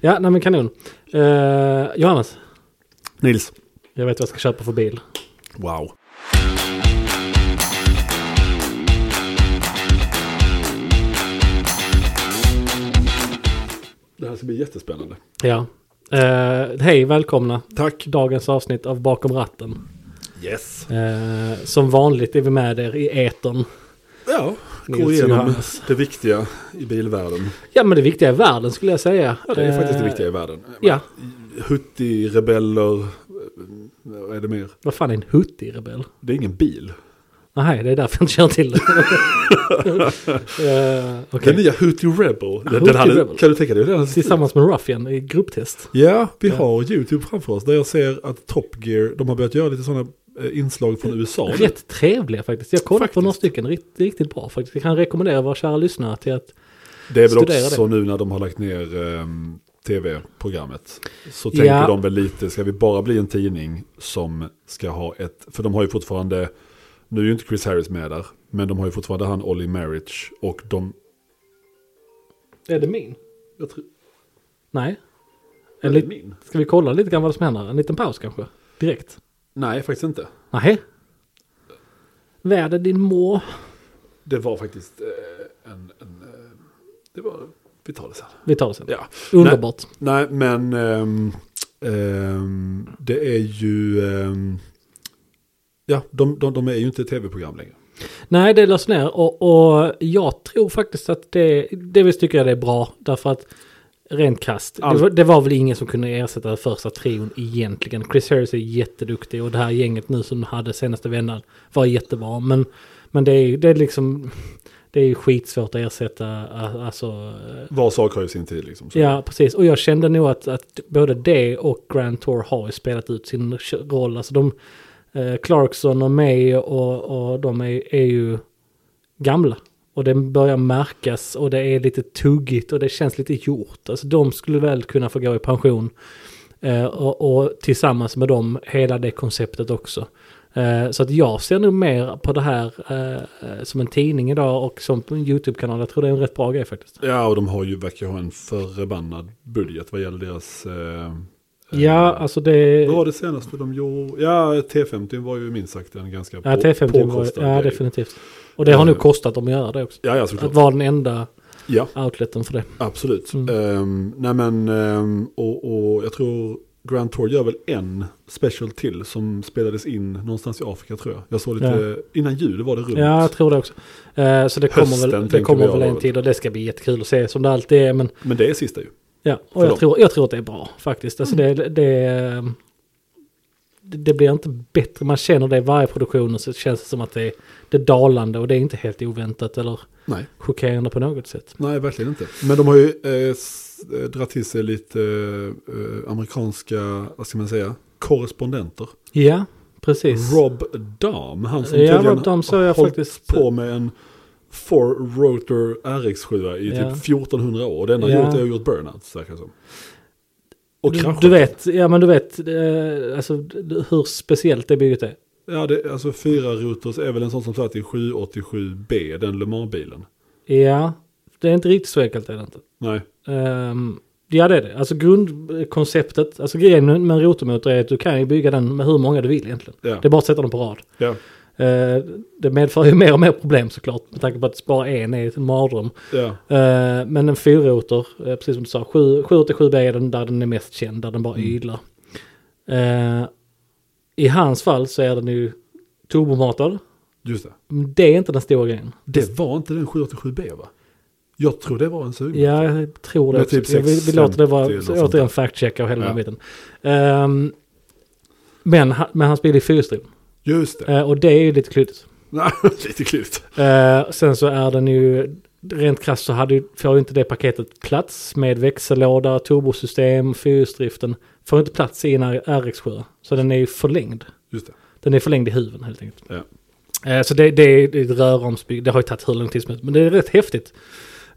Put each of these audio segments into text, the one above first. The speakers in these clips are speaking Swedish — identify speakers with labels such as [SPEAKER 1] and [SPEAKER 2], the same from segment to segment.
[SPEAKER 1] Ja, nej men kanon. Eh, Johannes,
[SPEAKER 2] Nils.
[SPEAKER 1] jag vet vad jag ska köpa för bil.
[SPEAKER 2] Wow. Det här ska bli jättespännande.
[SPEAKER 1] Ja. Eh, hej, välkomna.
[SPEAKER 2] Tack.
[SPEAKER 1] Dagens avsnitt av Bakom ratten.
[SPEAKER 2] Yes.
[SPEAKER 1] Eh, som vanligt är vi med er i etern.
[SPEAKER 2] Ja, gå
[SPEAKER 1] Nils
[SPEAKER 2] igenom
[SPEAKER 1] Johannes.
[SPEAKER 2] det viktiga i bilvärlden.
[SPEAKER 1] Ja, men det viktiga är världen skulle jag säga.
[SPEAKER 2] Ja, det är faktiskt det
[SPEAKER 1] Eh,
[SPEAKER 2] viktiga i världen.
[SPEAKER 1] Ja,
[SPEAKER 2] Hutti-rebeller, eh, vad eh, är det mer?
[SPEAKER 1] vad fan är en huttig-rebell?
[SPEAKER 2] Det är ingen bil.
[SPEAKER 1] Nej, det är därför jag inte känner till det. uh,
[SPEAKER 2] Den nya Hooty Ah, Rebel. den,
[SPEAKER 1] Hooty
[SPEAKER 2] den hade,
[SPEAKER 1] Rebel.
[SPEAKER 2] Kan du tänka dig den? hade-
[SPEAKER 1] Tillsammans med Ruffian i grupptest.
[SPEAKER 2] Ja, vi
[SPEAKER 1] Ja.
[SPEAKER 2] har YouTube framför oss där jag ser att Top Gear, de har börjat göra lite sådana eh, inslag från USA. nu.
[SPEAKER 1] Rätt trevliga faktiskt. Jag kollade på
[SPEAKER 2] Faktiskt.
[SPEAKER 1] några stycken, riktigt, riktigt bra faktiskt. Jag kan rekommendera våra kära lyssnare till att...
[SPEAKER 2] Det är väl
[SPEAKER 1] studera
[SPEAKER 2] också nu när de har lagt ner ehm, tv-programmet. Så
[SPEAKER 1] Ja.
[SPEAKER 2] tänker de väl lite, ska vi bara bli en tidning som ska ha ett, för de har ju fortfarande, nu är ju inte Chris Harris med där, men de har ju fortfarande han Olly Marriage och de,
[SPEAKER 1] Är det min?
[SPEAKER 2] jag tror,
[SPEAKER 1] Nej.
[SPEAKER 2] är
[SPEAKER 1] En
[SPEAKER 2] det
[SPEAKER 1] lit-
[SPEAKER 2] min?
[SPEAKER 1] Ska vi kolla lite grann vad som händer? En liten paus kanske? Direkt?
[SPEAKER 2] Nej, faktiskt inte.
[SPEAKER 1] Nej. Vad är din må?
[SPEAKER 2] Det var faktiskt eh, en, en eh, det var, vi tar det sen.
[SPEAKER 1] Vi tar det sen.
[SPEAKER 2] Ja.
[SPEAKER 1] Underbart.
[SPEAKER 2] Nej, men ehm, ehm, det är ju... ehm, ja, de, de, de är ju inte ett tv-program längre.
[SPEAKER 1] Nej, det lades ner och, och jag tror faktiskt att det, det visst tycker jag det är bra. Därför att rent krasst,
[SPEAKER 2] Allt-
[SPEAKER 1] det, var- det var väl ingen som kunde ersätta den första trion egentligen. Chris Harris är jätteduktig och det här gänget nu som hade senaste vändan var jättebra. Men, men det, är, det är liksom, det är skitsvårt att ersätta. a- Alltså,
[SPEAKER 2] Var sak har ju sin tid liksom. Så.
[SPEAKER 1] ja precis. Och jag kände nog att, att både det och Grand Tour har ju spelat ut sin kö- roll. Alltså de, eh, Clarkson och May och, och de är, är ju gamla. Och det börjar märkas och det är lite tuggigt och det känns lite gjort. Alltså de skulle väl kunna få gå i pension. Eh, och, och tillsammans med dem hela det konceptet också. Eh, så att jag ser nog mer på det här eh, eh, som en tidning idag och som en YouTube-kanal. Jag tror det är en rätt bra grej faktiskt.
[SPEAKER 2] ja, och de har ju, verkar ha en förbannad budget vad gäller deras... Eh, eh,
[SPEAKER 1] Ja, alltså det...
[SPEAKER 2] Vad var det senaste de gjorde? Ja, T50 var ju minst sagt en ganska
[SPEAKER 1] Ja, T50 var,
[SPEAKER 2] påkostad
[SPEAKER 1] ja
[SPEAKER 2] grej.
[SPEAKER 1] definitivt. Och det har
[SPEAKER 2] Eh,
[SPEAKER 1] nog kostat dem att göra det också.
[SPEAKER 2] Ja, ja,
[SPEAKER 1] Att
[SPEAKER 2] såklart.
[SPEAKER 1] vara den enda
[SPEAKER 2] Ja.
[SPEAKER 1] outleten för det.
[SPEAKER 2] Absolut.
[SPEAKER 1] Mm.
[SPEAKER 2] Ehm, nej men, ehm, och, och jag tror Grand Tour gör väl en special till som spelades in någonstans i Afrika tror jag. Jag såg lite, innan jul var det runt.
[SPEAKER 1] Ja, jag tror det också. Eh, så det kommer väl,
[SPEAKER 2] Hösten
[SPEAKER 1] det
[SPEAKER 2] tänker vi
[SPEAKER 1] kommer
[SPEAKER 2] göra
[SPEAKER 1] väl en
[SPEAKER 2] väl.
[SPEAKER 1] tid och det ska bli jättekul att se som det alltid är. Men
[SPEAKER 2] Men det är sista ju.
[SPEAKER 1] ja,
[SPEAKER 2] För
[SPEAKER 1] och jag
[SPEAKER 2] dem.
[SPEAKER 1] tror, jag tror att det är bra faktiskt. Alltså
[SPEAKER 2] Mm.
[SPEAKER 1] det, det, eh, det, det blir inte bättre. Man känner det i varje produktion och så känns det som att det är, det är dalande och det är inte helt oväntat eller
[SPEAKER 2] Nej,
[SPEAKER 1] chockerande på något sätt.
[SPEAKER 2] nej verkligen inte. Men de har ju eh, s- eh, dragit till sig lite eh, amerikanska, vad ska man säga, korrespondenter.
[SPEAKER 1] Ja, precis.
[SPEAKER 2] Rob Dam, han som
[SPEAKER 1] Ja,
[SPEAKER 2] tydligen
[SPEAKER 1] Rob Dahm såg jag
[SPEAKER 2] har hållit
[SPEAKER 1] faktiskt.
[SPEAKER 2] på med en four-rotor RX7 i
[SPEAKER 1] Ja.
[SPEAKER 2] typ 1400 år. Det enda
[SPEAKER 1] Ja.
[SPEAKER 2] yeah. gjort är att gjort burnout, verkar det som. Och
[SPEAKER 1] du,
[SPEAKER 2] kraschat.
[SPEAKER 1] du vet, ja men du vet eh, alltså, d- d- hur speciellt det bygget är.
[SPEAKER 2] Ja, det, alltså fyra rotors är väl en sån som satt i 787B, den Le Mans-bilen.
[SPEAKER 1] Ja, det är inte riktigt så enkelt är det inte.
[SPEAKER 2] Nej,
[SPEAKER 1] Ehm, ja det är det. Alltså grundkonceptet, alltså grejen med med en rotormotor är att du kan ju bygga den med hur många du vill egentligen.
[SPEAKER 2] ja.
[SPEAKER 1] Det är bara att sätta dem på rad.
[SPEAKER 2] ja.
[SPEAKER 1] Eh, det medför ju mer och mer problem såklart med tanke på att bara en är en mardröm.
[SPEAKER 2] ja.
[SPEAKER 1] Eh, men en fyrrotor, eh, precis som du sa, 787B är den där den är mest känd, där den bara ylar. Eh, I hans fall så är den ju turbomatad.
[SPEAKER 2] Just det.
[SPEAKER 1] Men Det är inte den stora grejen.
[SPEAKER 2] Det var inte den 787B va? Jag tror det var en sugmaskin.
[SPEAKER 1] Ja, jag tror det.
[SPEAKER 2] Med
[SPEAKER 1] också.
[SPEAKER 2] typ
[SPEAKER 1] jag vill, vi låter det
[SPEAKER 2] 650 eller
[SPEAKER 1] vara
[SPEAKER 2] sånt där.
[SPEAKER 1] återigen fact-checka och hela den
[SPEAKER 2] Ja.
[SPEAKER 1] biten. Ehm, men, ha- men hans bil är fyrhjulsdriven.
[SPEAKER 2] Just det.
[SPEAKER 1] Eh, och det är ju lite klurigt.
[SPEAKER 2] Nej, Lite klurigt.
[SPEAKER 1] Eh, sen så är den ju, rent krasst så hade, ju- får ju inte det paketet plats med växellåda, turbosystem, fyrhjulsdriften. Får inte plats i en RX7. Så den är ju förlängd.
[SPEAKER 2] Just det.
[SPEAKER 1] Den är förlängd i huven helt enkelt.
[SPEAKER 2] Ja.
[SPEAKER 1] Eh, så det, det är det är ett röromsbygge, det har ju tagit hur lång tid som helst. Men det är rätt häftigt.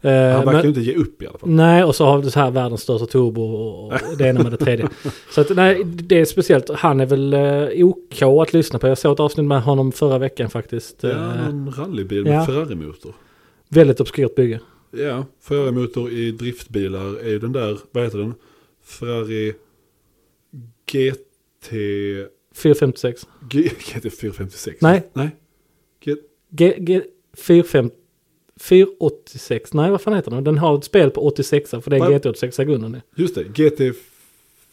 [SPEAKER 1] Eh,
[SPEAKER 2] Han verkar
[SPEAKER 1] men-
[SPEAKER 2] ju inte ge upp i alla fall.
[SPEAKER 1] Nej, och så har vi så här världens största turbo och och det ena med det tredje. Så att, nej, det är speciellt. Han är väl eh, OK att lyssna på. Jag såg ett avsnitt med honom förra veckan faktiskt.
[SPEAKER 2] Det
[SPEAKER 1] Eh,
[SPEAKER 2] är en rallybil med
[SPEAKER 1] Ja.
[SPEAKER 2] Ferrari-motor.
[SPEAKER 1] Väldigt obskyrt bygge.
[SPEAKER 2] Ja, Ferrari-motor i driftbilar är ju den där, vad heter den? Ferrari GT...
[SPEAKER 1] 456.
[SPEAKER 2] G, GT 456?
[SPEAKER 1] Nej.
[SPEAKER 2] Nej. G,
[SPEAKER 1] G, G, 45, 486. Nej, vad fan heter den? Den har ett spel på 86 för det är
[SPEAKER 2] Vad-
[SPEAKER 1] GT86 i grunden. Ja.
[SPEAKER 2] just det, GT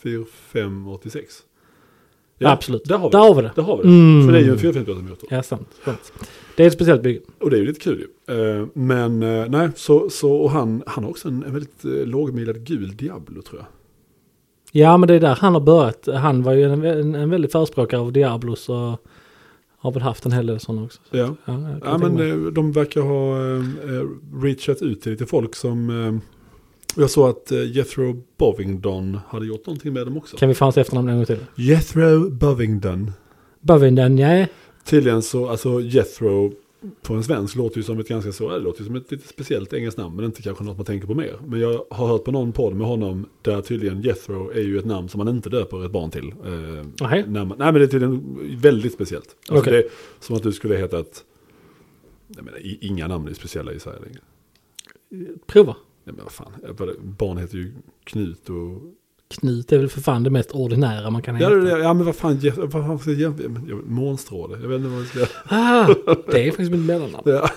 [SPEAKER 2] 4586. Ja,
[SPEAKER 1] Absolut.
[SPEAKER 2] Där har vi
[SPEAKER 1] Där
[SPEAKER 2] det.
[SPEAKER 1] har vi det.
[SPEAKER 2] Där har vi det.
[SPEAKER 1] Mm.
[SPEAKER 2] För det är ju en 458 motor.
[SPEAKER 1] Ja, sant. sant. Det är ett speciellt bygge.
[SPEAKER 2] Och det är ju lite kul ju. Eh, Men eh, nej, så, så och han, han har också en, en väldigt eh, lågmilad gul Diablo tror jag.
[SPEAKER 1] Ja, men det är där han har börjat. Han var ju en, en, en väldigt förespråkare av Diablos och har väl haft en hel del sådana också.
[SPEAKER 2] Ja,
[SPEAKER 1] Ja, jag kan
[SPEAKER 2] ja
[SPEAKER 1] tänka
[SPEAKER 2] men
[SPEAKER 1] mig.
[SPEAKER 2] eh, de verkar ha eh, eh, reachat ut till lite folk som... eh, Jag såg att eh, Jethro Bovingdon hade gjort någonting med dem också.
[SPEAKER 1] kan vi få hans efternamn en gång till?
[SPEAKER 2] Jethro Bovingdon.
[SPEAKER 1] Bavinden, nej.
[SPEAKER 2] Tydligen så, alltså Jethro på en svensk låter ju som ett ganska så, det låter ju som ett lite speciellt engelskt namn, men inte kanske något man tänker på mer. Men jag har hört på någon podd med honom där tydligen Jethro är ju ett namn som man inte döper ett barn till. Eh,
[SPEAKER 1] Nej.
[SPEAKER 2] när man, nej men det är tydligen väldigt speciellt. Alltså
[SPEAKER 1] Okej.
[SPEAKER 2] det är som att du skulle heta ett, jag menar, i- inga namn är speciella i Sverige längre.
[SPEAKER 1] Prova.
[SPEAKER 2] Nej men vad fan, jag bara, barn heter ju Knut och...
[SPEAKER 1] Knut är väl för fan det mest ordinära man kan
[SPEAKER 2] Ja,
[SPEAKER 1] heta.
[SPEAKER 2] det, ja men vad fan, Jeth- vad fan, ska jag- jag- Månstråle, jag vet inte vad jag ska...
[SPEAKER 1] Ah, det är faktiskt mitt mellannamn.
[SPEAKER 2] Ja.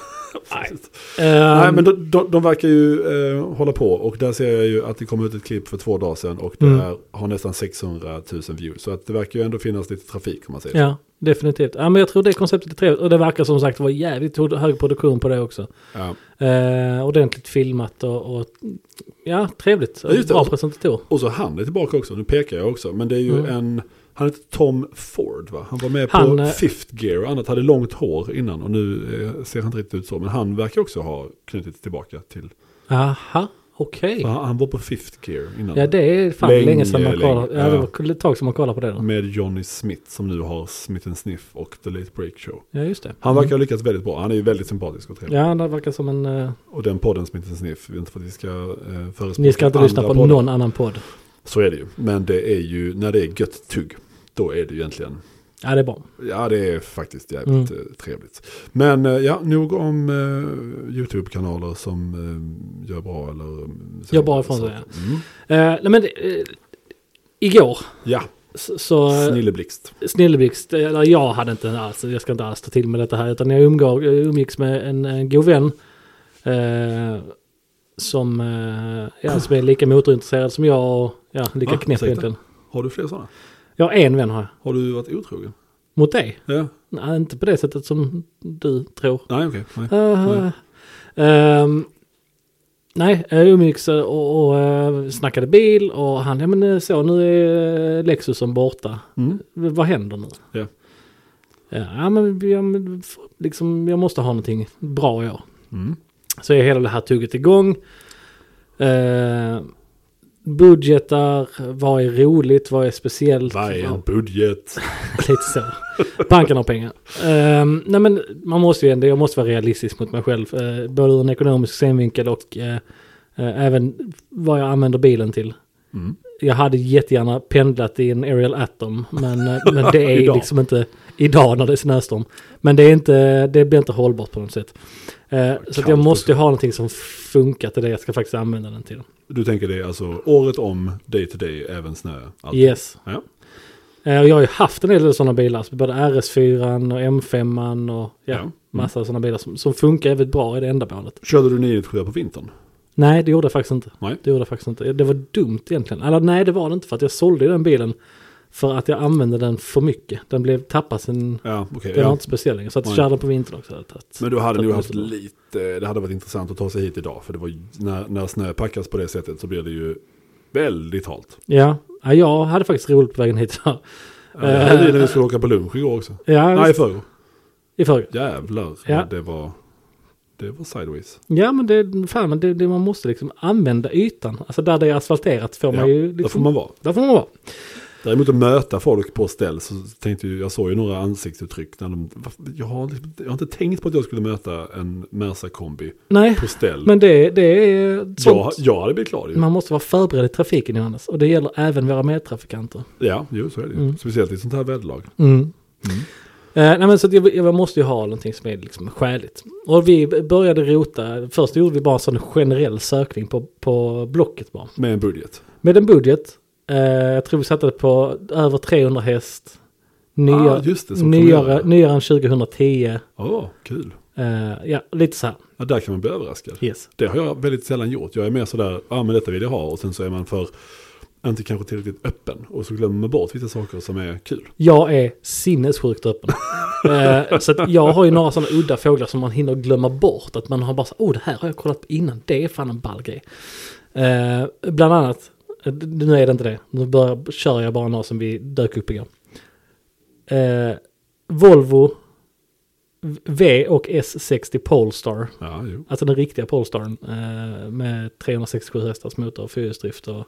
[SPEAKER 1] Nej.
[SPEAKER 2] Nej,
[SPEAKER 1] Ehm,
[SPEAKER 2] men de, de, de verkar ju eh, hålla på och där ser jag ju att det kom ut ett klipp för två dagar sedan och det
[SPEAKER 1] Mm.
[SPEAKER 2] är, har nästan 600 000 views. Så att det verkar ju ändå finnas lite trafik om man säger så.
[SPEAKER 1] Ja, definitivt. Ja, men jag tror det konceptet är trevligt. Och det verkar som sagt vara jävligt ho- hög produktion på det också.
[SPEAKER 2] Ja.
[SPEAKER 1] Eh, ordentligt filmat och, och ja, trevligt.
[SPEAKER 2] Ja, just det.
[SPEAKER 1] Bra presentator.
[SPEAKER 2] Och så han är tillbaka också, nu pekar jag också. Men det är ju
[SPEAKER 1] Mm.
[SPEAKER 2] en, han heter Tom Ford va? Han var med
[SPEAKER 1] Han,
[SPEAKER 2] på
[SPEAKER 1] eh,
[SPEAKER 2] Fifth Gear och annat, hade långt hår innan och nu eh, ser han inte riktigt ut så. Men han verkar också ha knutits tillbaka till,
[SPEAKER 1] Aha, okej.
[SPEAKER 2] för han, han var på Fifth Gear innan.
[SPEAKER 1] Ja, det är fan
[SPEAKER 2] Länge,
[SPEAKER 1] länge, sedan man
[SPEAKER 2] länge.
[SPEAKER 1] kollade. Ja, det
[SPEAKER 2] Ja. Mm.
[SPEAKER 1] var ett tag sedan man kollade på det då.
[SPEAKER 2] Med Johnny Smith som nu har Smith Sniff och The Late Break Show.
[SPEAKER 1] Ja, just det. Mm.
[SPEAKER 2] Han verkar ha lyckats väldigt bra, han är ju väldigt sympatisk och trevlig.
[SPEAKER 1] Ja, han verkar som en... eh,
[SPEAKER 2] Och den podden som inte är sniff, inte för att vi ska eh, förespråka
[SPEAKER 1] ni ska inte
[SPEAKER 2] andra
[SPEAKER 1] lyssna på
[SPEAKER 2] poddar.
[SPEAKER 1] någon annan podd.
[SPEAKER 2] Så är det ju. Men det är ju, när det är gött tugg, då är det ju egentligen,
[SPEAKER 1] Ja, det är bra.
[SPEAKER 2] ja det är faktiskt jävligt
[SPEAKER 1] Mm.
[SPEAKER 2] eh, trevligt. Men eh, ja, nog om eh, YouTube-kanaler som eh, gör bra eller... mm,
[SPEAKER 1] Gör bra ifrån sig,
[SPEAKER 2] saker. Mm.
[SPEAKER 1] Eh, nej, men... eh, igår
[SPEAKER 2] Ja,
[SPEAKER 1] så... så eh,
[SPEAKER 2] Snilleblixt.
[SPEAKER 1] Snilleblixt, eller jag hade inte alls, jag ska inte alls ta till med detta här, utan jag umgår, jag umgicks med en, en god vän eh, som, eh, ja, som är lika motorintresserad som jag och ja, lika
[SPEAKER 2] Va?
[SPEAKER 1] knäpp
[SPEAKER 2] Ursäkta?
[SPEAKER 1] egentligen.
[SPEAKER 2] Har du fler sådana?
[SPEAKER 1] Jag har en vän har jag.
[SPEAKER 2] Har du varit otrogen?
[SPEAKER 1] Mot dig?
[SPEAKER 2] Ja.
[SPEAKER 1] Nej, inte på det sättet som du tror.
[SPEAKER 2] Nej, okej. nej.
[SPEAKER 1] Uh, ehm, nej, jag umgicks och, och eh, snackade bil och han, ja men eh, så nu är eh, Lexusen borta.
[SPEAKER 2] Mm.
[SPEAKER 1] V- vad händer nu?
[SPEAKER 2] Ja.
[SPEAKER 1] Ja, men jag, liksom, jag måste ha någonting bra i år.
[SPEAKER 2] Mm.
[SPEAKER 1] Så är hela det här tugget igång. Eh, budgetar, vad är roligt, vad är speciellt?
[SPEAKER 2] Vad är en
[SPEAKER 1] Ja,
[SPEAKER 2] budget?
[SPEAKER 1] lite så. Banken har pengar. Eh, nej men man måste ju ändå, jag måste vara realistisk mot mig själv. Eh, både ur en ekonomisk synvinkel och eh, eh, även vad jag använder bilen till.
[SPEAKER 2] Mm.
[SPEAKER 1] Jag hade jättegärna pendlat i en Ariel Atom, men, eh, men det är
[SPEAKER 2] Idag.
[SPEAKER 1] liksom inte idag när det är snöstorm. Men det, är inte, det blir inte hållbart på något sätt. Eh, så att
[SPEAKER 2] kallt och
[SPEAKER 1] jag måste
[SPEAKER 2] så.
[SPEAKER 1] ju ha någonting som funkar till det jag ska faktiskt använda den till.
[SPEAKER 2] Du tänker det alltså året om, day to day, även snö? allt.
[SPEAKER 1] Yes.
[SPEAKER 2] Ja.
[SPEAKER 1] Eh, och jag har ju haft en hel del sådana bilar, så både RS4 och M5 och ja,
[SPEAKER 2] Ja. Mm.
[SPEAKER 1] massa sådana bilar som, som funkar jävligt bra i det ändamålet.
[SPEAKER 2] Körde du 997 på vintern?
[SPEAKER 1] Nej, det gjorde jag faktiskt inte.
[SPEAKER 2] Nej.
[SPEAKER 1] Det gjorde jag faktiskt inte. Det var dumt egentligen. Eller nej, det var det inte för att jag sålde ju den bilen för att jag använde den för mycket. Den blev tappad sin...
[SPEAKER 2] Ja, okej.
[SPEAKER 1] Den var
[SPEAKER 2] ja.
[SPEAKER 1] inte speciell längre. Så att
[SPEAKER 2] Nej.
[SPEAKER 1] köra den på vintern också. hade tagit-
[SPEAKER 2] Men du hade
[SPEAKER 1] tagit
[SPEAKER 2] nog
[SPEAKER 1] mig
[SPEAKER 2] haft
[SPEAKER 1] så bra.
[SPEAKER 2] lite, det hade varit intressant att ta sig hit idag. För det var ju, när, när snö packas på det sättet så blir det ju väldigt halt.
[SPEAKER 1] Ja. ja, jag hade faktiskt roligt på vägen hit. Ja,
[SPEAKER 2] Ja, det hade vi när vi skulle åka på lunch igår också. Nej, i
[SPEAKER 1] visst.
[SPEAKER 2] förrgår.
[SPEAKER 1] i förrgår.
[SPEAKER 2] Jävlar,
[SPEAKER 1] Ja.
[SPEAKER 2] det var... Det var sideways.
[SPEAKER 1] Ja, men det, fan, men det, det, man måste liksom använda ytan. Alltså där det är asfalterat får
[SPEAKER 2] Ja,
[SPEAKER 1] man ju...
[SPEAKER 2] Där får
[SPEAKER 1] Liksom,
[SPEAKER 2] man vara.
[SPEAKER 1] där får man vara.
[SPEAKER 2] Däremot att möta folk på ställ så tänkte jag, jag såg ju några ansiktsuttryck. När de, "Varför- jag, har, liksom- jag har inte tänkt på att jag skulle möta en Merca-kombi
[SPEAKER 1] Nej,
[SPEAKER 2] på ställ.
[SPEAKER 1] men det, det är
[SPEAKER 2] jag,
[SPEAKER 1] sånt.
[SPEAKER 2] jag hade blivit glad ju.
[SPEAKER 1] Man måste vara förberedd i trafiken Johannes. Och det gäller även våra medtrafikanter.
[SPEAKER 2] Ja, jo, så är det ju.
[SPEAKER 1] Mm.
[SPEAKER 2] Speciellt i sånt här väderlag.
[SPEAKER 1] Mm. Eh, nej men så att jag, jag måste ju ha någonting som är liksom skäligt. Och vi började rota, först gjorde vi bara en sån generell sökning på, på Blocket bara.
[SPEAKER 2] Med en budget.
[SPEAKER 1] Med en budget Eh, jag tror vi satte det på över 300 häst. Nya,
[SPEAKER 2] Ah, just det, som
[SPEAKER 1] nyare,
[SPEAKER 2] fungerar.
[SPEAKER 1] nyare än 2010.
[SPEAKER 2] Ja, kul.
[SPEAKER 1] Eh, ja, lite så här.
[SPEAKER 2] Ja, där kan man bli överraskad.
[SPEAKER 1] Yes.
[SPEAKER 2] Det har jag väldigt sällan gjort. Jag är mer sådär, ja ah, men detta vill jag ha och sen så är man för, inte kanske tillräckligt öppen. Och så glömmer man bort vissa saker som är kul.
[SPEAKER 1] Jag är sinnessjukt öppen. eh, så att jag har ju några sådana udda fåglar som man hinner glömma bort. Att man har bara så, oh det här har jag kollat på innan, det är fan en ball grej. Eh, bland annat, eh, nu är det inte det, nu börjar, kör jag bara några som vi dök upp igår. Eh, Volvo V och S60 Polestar.
[SPEAKER 2] Ja, jo.
[SPEAKER 1] Alltså den riktiga Polestaren eh, med 367 hästars motor, fyrhjulsdrift och...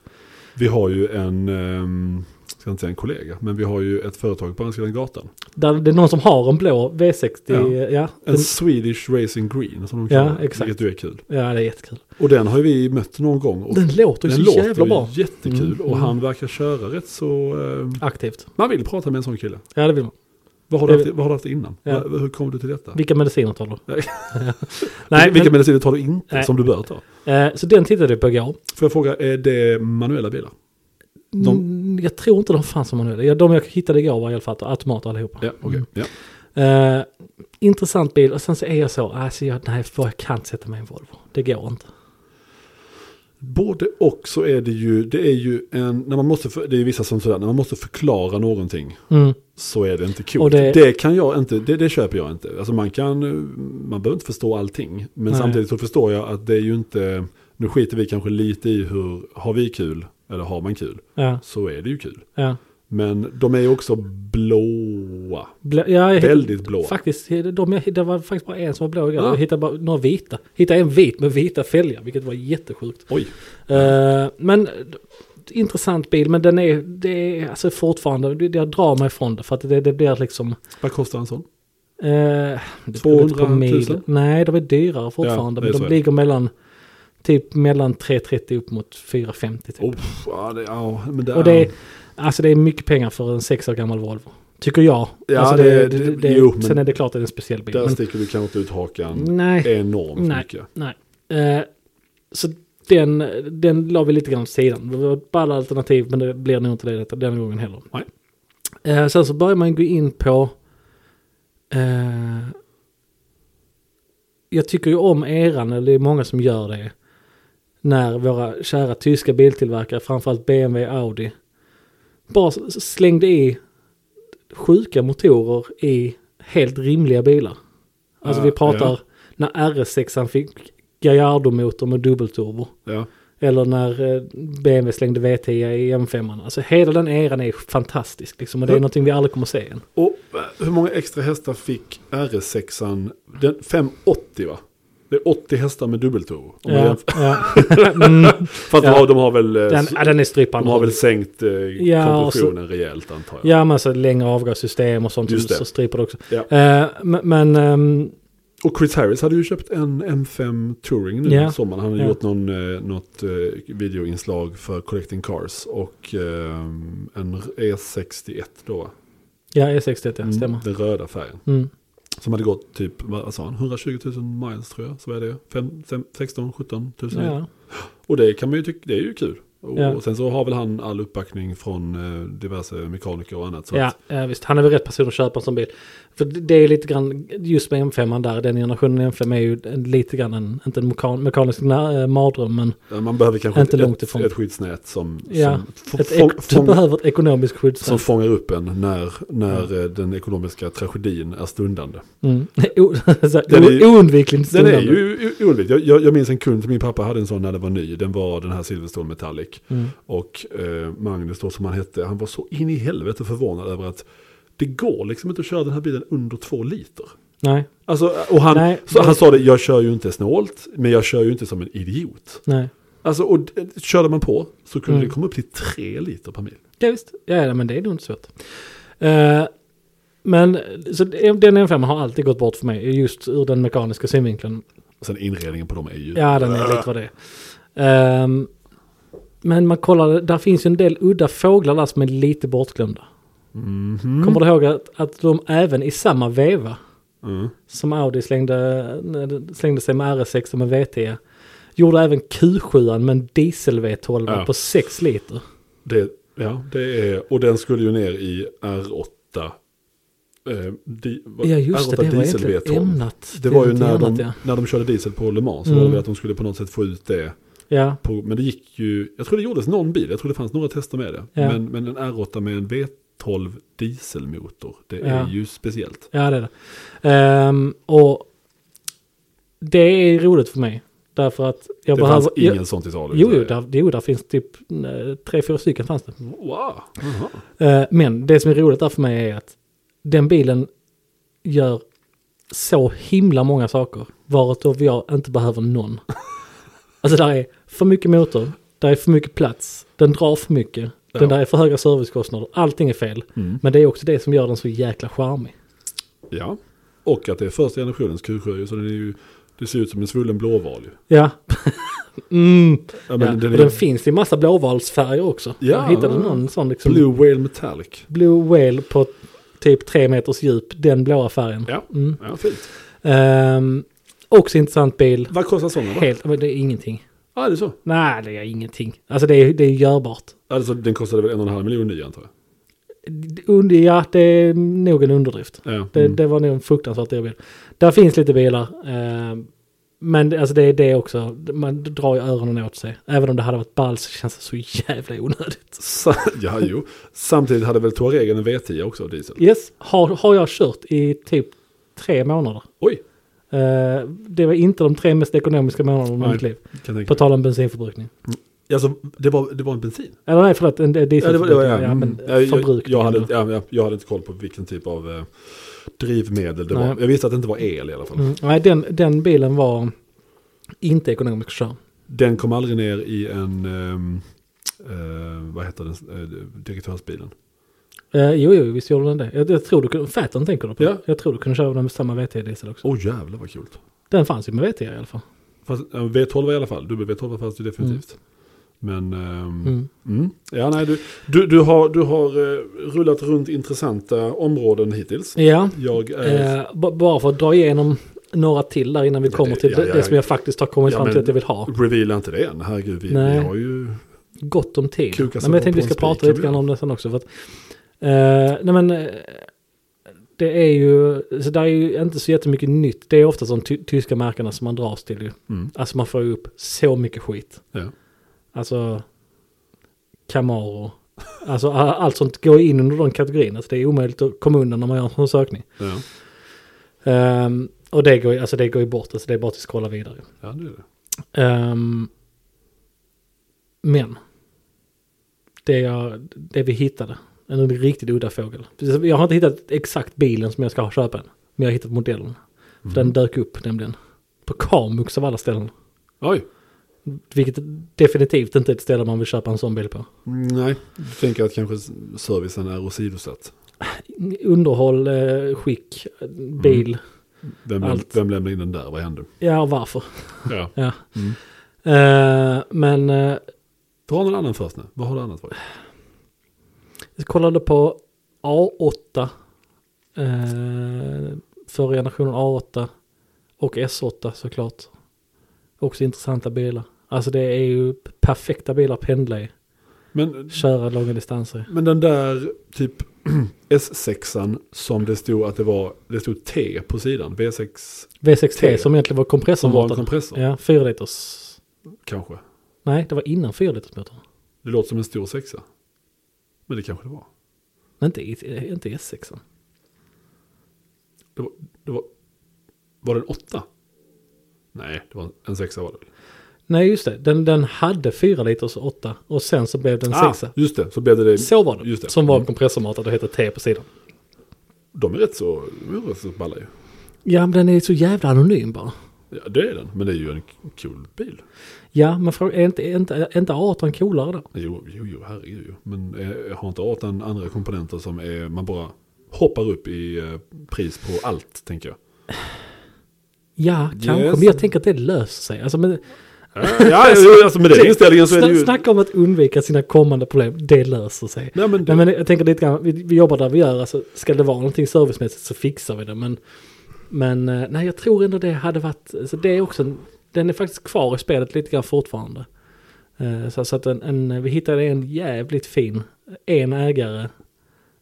[SPEAKER 2] Vi har ju en, ehm, ska inte säga en kollega, men vi har ju ett företag på andra sidan gatan.
[SPEAKER 1] Där det är någon som har en blå V60, ja.
[SPEAKER 2] Ja.
[SPEAKER 1] Ja,
[SPEAKER 2] En Swedish Racing Green som de
[SPEAKER 1] Ja,
[SPEAKER 2] kallar det,
[SPEAKER 1] exakt.
[SPEAKER 2] vilket ju är kul.
[SPEAKER 1] ja det är jättekul.
[SPEAKER 2] Och den har ju vi mött någon gång. Och
[SPEAKER 1] Den låter ju så
[SPEAKER 2] låter
[SPEAKER 1] jävla
[SPEAKER 2] ju
[SPEAKER 1] bra.
[SPEAKER 2] jättekul
[SPEAKER 1] Mm,
[SPEAKER 2] och
[SPEAKER 1] mm.
[SPEAKER 2] han verkar köra rätt så... ehm,
[SPEAKER 1] Aktivt.
[SPEAKER 2] man vill prata med en sån kille.
[SPEAKER 1] Ja, det vill man.
[SPEAKER 2] Vad har du
[SPEAKER 1] Jag
[SPEAKER 2] haft, vad har du haft innan?
[SPEAKER 1] Ja.
[SPEAKER 2] Vad- Hur kom du till detta?
[SPEAKER 1] Vilka mediciner tar du?
[SPEAKER 2] Nej.
[SPEAKER 1] Nej,
[SPEAKER 2] Vilka
[SPEAKER 1] men,
[SPEAKER 2] mediciner tar du inte
[SPEAKER 1] Nej.
[SPEAKER 2] som du bör ta?
[SPEAKER 1] eh, så den tittade jag på igår.
[SPEAKER 2] Får jag fråga, är det manuella bilar? De-
[SPEAKER 1] Mm, Jag tror inte de fanns som manuella. Ja, De jag hittade igår var i alla fall automater allihopa.
[SPEAKER 2] Ja, okej. Ja.
[SPEAKER 1] Eh, intressant bil och sen så är jag så, alltså jag, nej, för jag kan inte sätta mig i en Volvo. Det går inte.
[SPEAKER 2] Både och så är det ju, det är ju en, när man måste, för, det är vissa som sådär, när man måste förklara någonting
[SPEAKER 1] Mm.
[SPEAKER 2] så är det inte
[SPEAKER 1] Och
[SPEAKER 2] coolt.
[SPEAKER 1] det-
[SPEAKER 2] Det... kan jag inte, det, det köper jag inte. Alltså man kan, eh, man behöver inte förstå allting. Men
[SPEAKER 1] Nej.
[SPEAKER 2] samtidigt så förstår jag att det är ju inte, nu skiter vi kanske lite i hur, har vi kul? Eller har man kul?
[SPEAKER 1] Ja,
[SPEAKER 2] Så är det ju kul.
[SPEAKER 1] ja.
[SPEAKER 2] Men de är ju också blåa.
[SPEAKER 1] Blå, ja, jag hittade-
[SPEAKER 2] Väldigt Ah. blåa.
[SPEAKER 1] Faktiskt, de, jag- det var faktiskt bara en som var blå igår.
[SPEAKER 2] Ja.
[SPEAKER 1] Jag hittade bara några vita. Hittade en vit med vita fälgar, vilket var jättesjukt.
[SPEAKER 2] Oj,
[SPEAKER 1] Eh, men eh, intressant bil, men den är, det är alltså fortfarande, det- jag drar mig ifrån det för att det, det blir liksom...
[SPEAKER 2] vad kostar en sån?
[SPEAKER 1] eh, det beror
[SPEAKER 2] 200 000?
[SPEAKER 1] mil. Nej, de är dyrare fortfarande,
[SPEAKER 2] Ja, det
[SPEAKER 1] men
[SPEAKER 2] är så,
[SPEAKER 1] de
[SPEAKER 2] ja.
[SPEAKER 1] ligger mellan typ mellan 3,30 upp mot 4,50 typ.
[SPEAKER 2] Oh, ja, det, ja, men det,
[SPEAKER 1] Och det är, alltså det är mycket pengar för en sex år gammal Volvo. Tycker jag.
[SPEAKER 2] Ja,
[SPEAKER 1] alltså
[SPEAKER 2] det- det- jo, men-
[SPEAKER 1] sen är det klart att det är en speciell bil.
[SPEAKER 2] där
[SPEAKER 1] men-
[SPEAKER 2] sticker du kanske inte ut hakan
[SPEAKER 1] Nej,
[SPEAKER 2] enormt
[SPEAKER 1] Nej.
[SPEAKER 2] mycket.
[SPEAKER 1] nej. Eh, så den, den la vi lite grann åt sidan. Det var ett balla alternativ men det blir nog inte det detta, den gången heller.
[SPEAKER 2] Nej.
[SPEAKER 1] Eh, sen så börjar man gå in på... Eh, jag tycker ju om eran, eller det är många som gör det. När våra kära tyska biltillverkare, framförallt BMW och Audi, bara s- s- slängde i sjuka motorer i helt rimliga bilar. Alltså
[SPEAKER 2] Ja,
[SPEAKER 1] vi pratar när RS6 fick Gallardo-motor med dubbelturbo.
[SPEAKER 2] Ja.
[SPEAKER 1] Eller när eh, BMW slängde V10 i M5. Alltså hela den eran är fantastisk liksom. Och det är
[SPEAKER 2] Ja.
[SPEAKER 1] någonting vi aldrig kommer se än.
[SPEAKER 2] Och eh, hur många extra hästar fick RS6an? Den 580 va? Det är 80 hästar med dubbelturbo. Om man
[SPEAKER 1] Ja,
[SPEAKER 2] jämför-
[SPEAKER 1] ja. Mm,
[SPEAKER 2] För att
[SPEAKER 1] Ja.
[SPEAKER 2] de, har, de har väl, eh,
[SPEAKER 1] den,
[SPEAKER 2] s-
[SPEAKER 1] ja, den är
[SPEAKER 2] de har
[SPEAKER 1] strypande.
[SPEAKER 2] väl sänkt eh,
[SPEAKER 1] Ja, och så-
[SPEAKER 2] kompressionen rejält antar jag.
[SPEAKER 1] Ja men så längre avgassystem och sånt som
[SPEAKER 2] Just det.
[SPEAKER 1] så stryper det också.
[SPEAKER 2] Ja.
[SPEAKER 1] Eh, men men ehm,
[SPEAKER 2] Och Chris Harris hade ju köpt en M5 Touring nu
[SPEAKER 1] Ja.
[SPEAKER 2] i sommaren. Han hade
[SPEAKER 1] Ja.
[SPEAKER 2] gjort någon, eh, något eh, videoinslag för Collecting Cars och eh, en E61 då va?
[SPEAKER 1] ja E61 ja, stämmer.
[SPEAKER 2] Den röda färgen.
[SPEAKER 1] Mm.
[SPEAKER 2] Som hade gått typ, vad sa han, 120 000 miles tror jag. Så vad är det? Fem, fem, 16, 17 000 mil.
[SPEAKER 1] Ja.
[SPEAKER 2] Och det kan man ju tycka, det är ju kul. Och,
[SPEAKER 1] Ja.
[SPEAKER 2] och sen så har väl han all uppbackning från eh, diverse mekaniker och annat. Så
[SPEAKER 1] Ja,
[SPEAKER 2] att,
[SPEAKER 1] ja, visst. Han är väl rätt person att köpa en sån bil. För det det är lite grann, just med M5 där, den generationen M5 är ju en- lite grann en, inte en mekan, mekanisk na- eh, mardröm, men
[SPEAKER 2] eh, man behöver kanske
[SPEAKER 1] Inte
[SPEAKER 2] ett,
[SPEAKER 1] långt
[SPEAKER 2] ett,
[SPEAKER 1] ifrån.
[SPEAKER 2] ett skyddsnät som,
[SPEAKER 1] Ja,
[SPEAKER 2] som,
[SPEAKER 1] ett
[SPEAKER 2] få-
[SPEAKER 1] ek-
[SPEAKER 2] få-
[SPEAKER 1] du
[SPEAKER 2] fång-
[SPEAKER 1] behöver ett ekonomiskt
[SPEAKER 2] som
[SPEAKER 1] skyddsnät.
[SPEAKER 2] fångar upp en när, när eh, den ekonomiska tragedin är stundande.
[SPEAKER 1] Mm. O- så här,
[SPEAKER 2] Den är ju-
[SPEAKER 1] o- Oundvikligen
[SPEAKER 2] Den är
[SPEAKER 1] stundande.
[SPEAKER 2] ju o- oundviklig. Jag, jag, jag minns en kund till min pappa hade en sån när den var ny. Den var den här Silverstone Metallic.
[SPEAKER 1] Mm.
[SPEAKER 2] Och eh, Magnus då som han hette, han var så in i helvete förvånad över att det går liksom inte att köra den här bilen under två liter.
[SPEAKER 1] Nej,
[SPEAKER 2] Alltså, och han,
[SPEAKER 1] Nej,
[SPEAKER 2] så
[SPEAKER 1] det-
[SPEAKER 2] han sa det, jag kör ju inte snålt, men jag kör ju inte som en idiot.
[SPEAKER 1] nej.
[SPEAKER 2] Alltså, och eh, körde man på så kunde
[SPEAKER 1] Mm.
[SPEAKER 2] det komma upp till tre liter per mil.
[SPEAKER 1] Ja, visst. Ja, ja, men det är nog inte svårt. Eh, men så den M5 har alltid gått bort för mig, just ur den mekaniska synvinkeln.
[SPEAKER 2] Och sen inredningen på dem är ju...
[SPEAKER 1] Ja, den är lite vad det är. Ehm, men man kollar, där finns ju en del udda fåglar där som är lite bortglömda.
[SPEAKER 2] Mhm.
[SPEAKER 1] Kommer du ihåg att, att de även i samma veva
[SPEAKER 2] Mm.
[SPEAKER 1] som Audi slängde, när det- slängde sig med RS6 och med VT gjorde även Q7 med en diesel V12
[SPEAKER 2] Ja.
[SPEAKER 1] på 6 liter.
[SPEAKER 2] Det Ja, det är, och den skulle ju ner i R8. Eh, di, vad-
[SPEAKER 1] Ja just det,
[SPEAKER 2] R8
[SPEAKER 1] det var egentligen
[SPEAKER 2] dieselveton.
[SPEAKER 1] ämnat.
[SPEAKER 2] Det var ju
[SPEAKER 1] till
[SPEAKER 2] när
[SPEAKER 1] någonting
[SPEAKER 2] de,
[SPEAKER 1] annat,
[SPEAKER 2] när de körde diesel på Le Mans, så
[SPEAKER 1] Mm.
[SPEAKER 2] var det väl att de skulle på något sätt få ut det.
[SPEAKER 1] ja. ja.
[SPEAKER 2] På, men det gick ju, jag tror det gjordes någon bil, jag tror det fanns några tester med det.
[SPEAKER 1] Ja.
[SPEAKER 2] Men, men en R8 med en V12 dieselmotor, det
[SPEAKER 1] Ja.
[SPEAKER 2] är ju speciellt.
[SPEAKER 1] Ja, det är det. Ehm, och det är roligt för mig. Därför att jag
[SPEAKER 2] det
[SPEAKER 1] behöver...
[SPEAKER 2] fanns ingen
[SPEAKER 1] jag,
[SPEAKER 2] sån till salu. i
[SPEAKER 1] jo, jo,
[SPEAKER 2] Sverige.
[SPEAKER 1] där, jo, där finns typ eh, tre, fyra stycken fanns det.
[SPEAKER 2] Wow. Jaha.
[SPEAKER 1] Eh, men det som är roligt där för mig är att den bilen gör så himla många saker. Varutav jag inte behöver någon. Alltså där är för mycket motor, där är för mycket plats, den drar för mycket, den
[SPEAKER 2] Ja.
[SPEAKER 1] där är för höga servicekostnader, allting är fel.
[SPEAKER 2] Mm.
[SPEAKER 1] Men det är också det som gör den så jäkla charmig.
[SPEAKER 2] Ja, och att det är första generationens Q7, så den är ju, det ser ut som en svullen blåval. ju.
[SPEAKER 1] Ja. mm.
[SPEAKER 2] Ja,
[SPEAKER 1] Ja,
[SPEAKER 2] men den
[SPEAKER 1] och den
[SPEAKER 2] är
[SPEAKER 1] finns i massa blåvalsfärger också.
[SPEAKER 2] Ja.
[SPEAKER 1] jag hittade någon sån liksom. Blue.
[SPEAKER 2] Blue Whale Metallic.
[SPEAKER 1] whale på typ tre meters djup, den blåa färgen.
[SPEAKER 2] Ja,
[SPEAKER 1] Mm.
[SPEAKER 2] ja fint.
[SPEAKER 1] Ehm, också intressant bil.
[SPEAKER 2] Vad kostar sådana? då?
[SPEAKER 1] Helt, men det är ingenting.
[SPEAKER 2] Ja, det är så.
[SPEAKER 1] Nej, det är ingenting. Alltså det är, det är görbart.
[SPEAKER 2] Alltså, den kostade väl en och en halv miljon ny antar jag.
[SPEAKER 1] Under, ja, det är nog en underdrift.
[SPEAKER 2] Ja,
[SPEAKER 1] Det,
[SPEAKER 2] mm.
[SPEAKER 1] det var nog en fruktansvärt dyr bil. Där finns lite bilar. ehm, men det- alltså det är det också. Man drar ju öronen åt sig. Även om det hade varit ball så känns det så jävla onödigt.
[SPEAKER 2] Sa- ja, jo. Samtidigt hade väl Touaregen en V10 också, diesel.
[SPEAKER 1] Yes, har, har jag kört i typ tre månader.
[SPEAKER 2] Oj,
[SPEAKER 1] Eh, det var inte de tre mest ekonomiska månaderna i
[SPEAKER 2] Nej.
[SPEAKER 1] mitt liv.
[SPEAKER 2] kan jag
[SPEAKER 1] På
[SPEAKER 2] tänka
[SPEAKER 1] tal om bensinförbrukning.
[SPEAKER 2] mig. Alltså, det var, det var en bensin?
[SPEAKER 1] Eller nej, förlåt, en en
[SPEAKER 2] Ja, det var, det
[SPEAKER 1] dieselförbrukning.
[SPEAKER 2] var,
[SPEAKER 1] Ja,
[SPEAKER 2] ja.
[SPEAKER 1] men
[SPEAKER 2] Mm. jag, jag,
[SPEAKER 1] förbrukning.
[SPEAKER 2] jag, hade, ja, jag, jag hade inte koll på vilken typ av eh, drivmedel det
[SPEAKER 1] Nej.
[SPEAKER 2] var. Jag visste att det inte var el i alla fall.
[SPEAKER 1] mm, nej, den, den bilen var inte ekonomisk att köra.
[SPEAKER 2] Den kom aldrig ner i en, ehm, eh, vad heter den, eh, direktörsbilen.
[SPEAKER 1] Eh, jo, jo, visst gjorde den det. Jag, jag tror du kunde, Faton tänker du på.
[SPEAKER 2] Ja.
[SPEAKER 1] Jag tror du kunde köra den med samma VT-diesel också.
[SPEAKER 2] Åh oh, jävlar vad kul.
[SPEAKER 1] Den fanns ju med VT i alla fall.
[SPEAKER 2] Fast, ja, V12 i alla fall, W12 fanns det definitivt. Men, ehm,
[SPEAKER 1] Mm.
[SPEAKER 2] mm. ja nej, du, du, du har, du har eh, rullat runt intressanta områden hittills.
[SPEAKER 1] Ja,
[SPEAKER 2] Jag är...
[SPEAKER 1] eh, b- bara för att dra igenom några till där innan vi
[SPEAKER 2] Ja,
[SPEAKER 1] kommer
[SPEAKER 2] det-
[SPEAKER 1] till
[SPEAKER 2] ja,
[SPEAKER 1] det,
[SPEAKER 2] ja,
[SPEAKER 1] det
[SPEAKER 2] ja.
[SPEAKER 1] som jag faktiskt har kommit
[SPEAKER 2] Ja,
[SPEAKER 1] fram till
[SPEAKER 2] men-
[SPEAKER 1] att jag vill ha.
[SPEAKER 2] Reveala inte det än, herregud. Vi, vi
[SPEAKER 1] Nej.
[SPEAKER 2] har ju...
[SPEAKER 1] gott om tid. Nej,
[SPEAKER 2] Kuka sig
[SPEAKER 1] men jag
[SPEAKER 2] på
[SPEAKER 1] tänkte vi
[SPEAKER 2] en
[SPEAKER 1] ska
[SPEAKER 2] spik,
[SPEAKER 1] prata
[SPEAKER 2] kan
[SPEAKER 1] lite
[SPEAKER 2] vi
[SPEAKER 1] grann
[SPEAKER 2] göra.
[SPEAKER 1] om det sen också. För att, eh, nej men, eh, det är ju, så där är ju inte så jättemycket nytt. Det är ofta de ty- tyska märkena som man dras till ju.
[SPEAKER 2] Mm,
[SPEAKER 1] Alltså man får ju upp så mycket skit.
[SPEAKER 2] ja.
[SPEAKER 1] Alltså Camaro. Alltså a- allt sånt går in under den kategorin. Alltså det är omöjligt att komma undan när man gör en sån sökning.
[SPEAKER 2] Ja.
[SPEAKER 1] Ehm, och det går, ju- alltså det går ju bort, alltså det är bara att scrolla vidare.
[SPEAKER 2] ja, det är det.
[SPEAKER 1] Ehm, men. Det, jag, det vi hittade. En riktigt udda fågel. Precis, Jag har inte hittat exakt bilen som jag ska köpa än. Men jag har hittat modellen. För den dök upp nämligen. På Kamux av alla ställen.
[SPEAKER 2] Oj,
[SPEAKER 1] Vilket definitivt inte är ett ställe man vill köpa en sån bil på.
[SPEAKER 2] Mm, nej. Du tänker att kanske servicen är åsidosatt.
[SPEAKER 1] Underhåll, eh, skick, eh, bil.
[SPEAKER 2] Vem, läm-
[SPEAKER 1] Allt.
[SPEAKER 2] vem lämnar in den där? Vad hände?
[SPEAKER 1] Ja, och varför?
[SPEAKER 2] Ja.
[SPEAKER 1] Ja.
[SPEAKER 2] Mm.
[SPEAKER 1] Eh, men eh,
[SPEAKER 2] Dra någon annan först nu. Vad har du annat varit?
[SPEAKER 1] Jag kollade på A8. Eh, förra generationen A8. Och S8 såklart. Också intressanta bilar. Alltså det är ju perfekta bilar att pendla i.
[SPEAKER 2] Men,
[SPEAKER 1] Köra långa distanser.
[SPEAKER 2] men den där typ S6an som det stod att det var, det stod T på sidan, V6
[SPEAKER 1] V6T
[SPEAKER 2] T.
[SPEAKER 1] som egentligen var
[SPEAKER 2] som var en
[SPEAKER 1] kompressormotorn.
[SPEAKER 2] kompressor
[SPEAKER 1] Ja, 4 liters.
[SPEAKER 2] kanske.
[SPEAKER 1] Nej, det var innan 4 liters motorn.
[SPEAKER 2] Det låter som en stor sexa. Men det kanske det var.
[SPEAKER 1] Men Inte, i- inte S6.
[SPEAKER 2] Det var, det var, var det en åtta? Nej, det var en sexa var det väl?
[SPEAKER 1] Nej, just det. Den, den hade 4 liters 8 och sen så blev den 6.
[SPEAKER 2] Ah, just det, så blev det det.
[SPEAKER 1] Så var det.
[SPEAKER 2] just det.
[SPEAKER 1] Som var
[SPEAKER 2] Mm.
[SPEAKER 1] kompressormatad och hette T på sidan.
[SPEAKER 2] De är rätt så, de är rätt så balla ju.
[SPEAKER 1] Ja, men den är så jävla anonym bara.
[SPEAKER 2] Ja, det är den, men det är ju en k- kul bil.
[SPEAKER 1] Ja, men fråga, är, inte, är, inte, är inte 18 coolare då?
[SPEAKER 2] Jo, jo, jo herregud. jo. Men eh, har inte 18 andra komponenter som är, man bara hoppar upp i eh, pris på allt, tänker jag.
[SPEAKER 1] Ja, kanske.
[SPEAKER 2] Yes.
[SPEAKER 1] Men jag tänker att det löser sig. Alltså, men,
[SPEAKER 2] Ja, ja jo, alltså med den inställningen så är det ju...
[SPEAKER 1] Snacka om att undvika sina kommande problem. Det löser sig.
[SPEAKER 2] Nej, men,
[SPEAKER 1] Nej, men jag tänker lite grann, vi, vi jobbar där vi gör. Alltså, ska det vara någonting servicemässigt så fixar vi det. Men, men eh, nej, jag tror ändå det hade varit... Alltså, det är också en, den är faktiskt kvar i spelet lite grann fortfarande. Eh, Så, så att en, en, vi hittade en jävligt fin en ägare,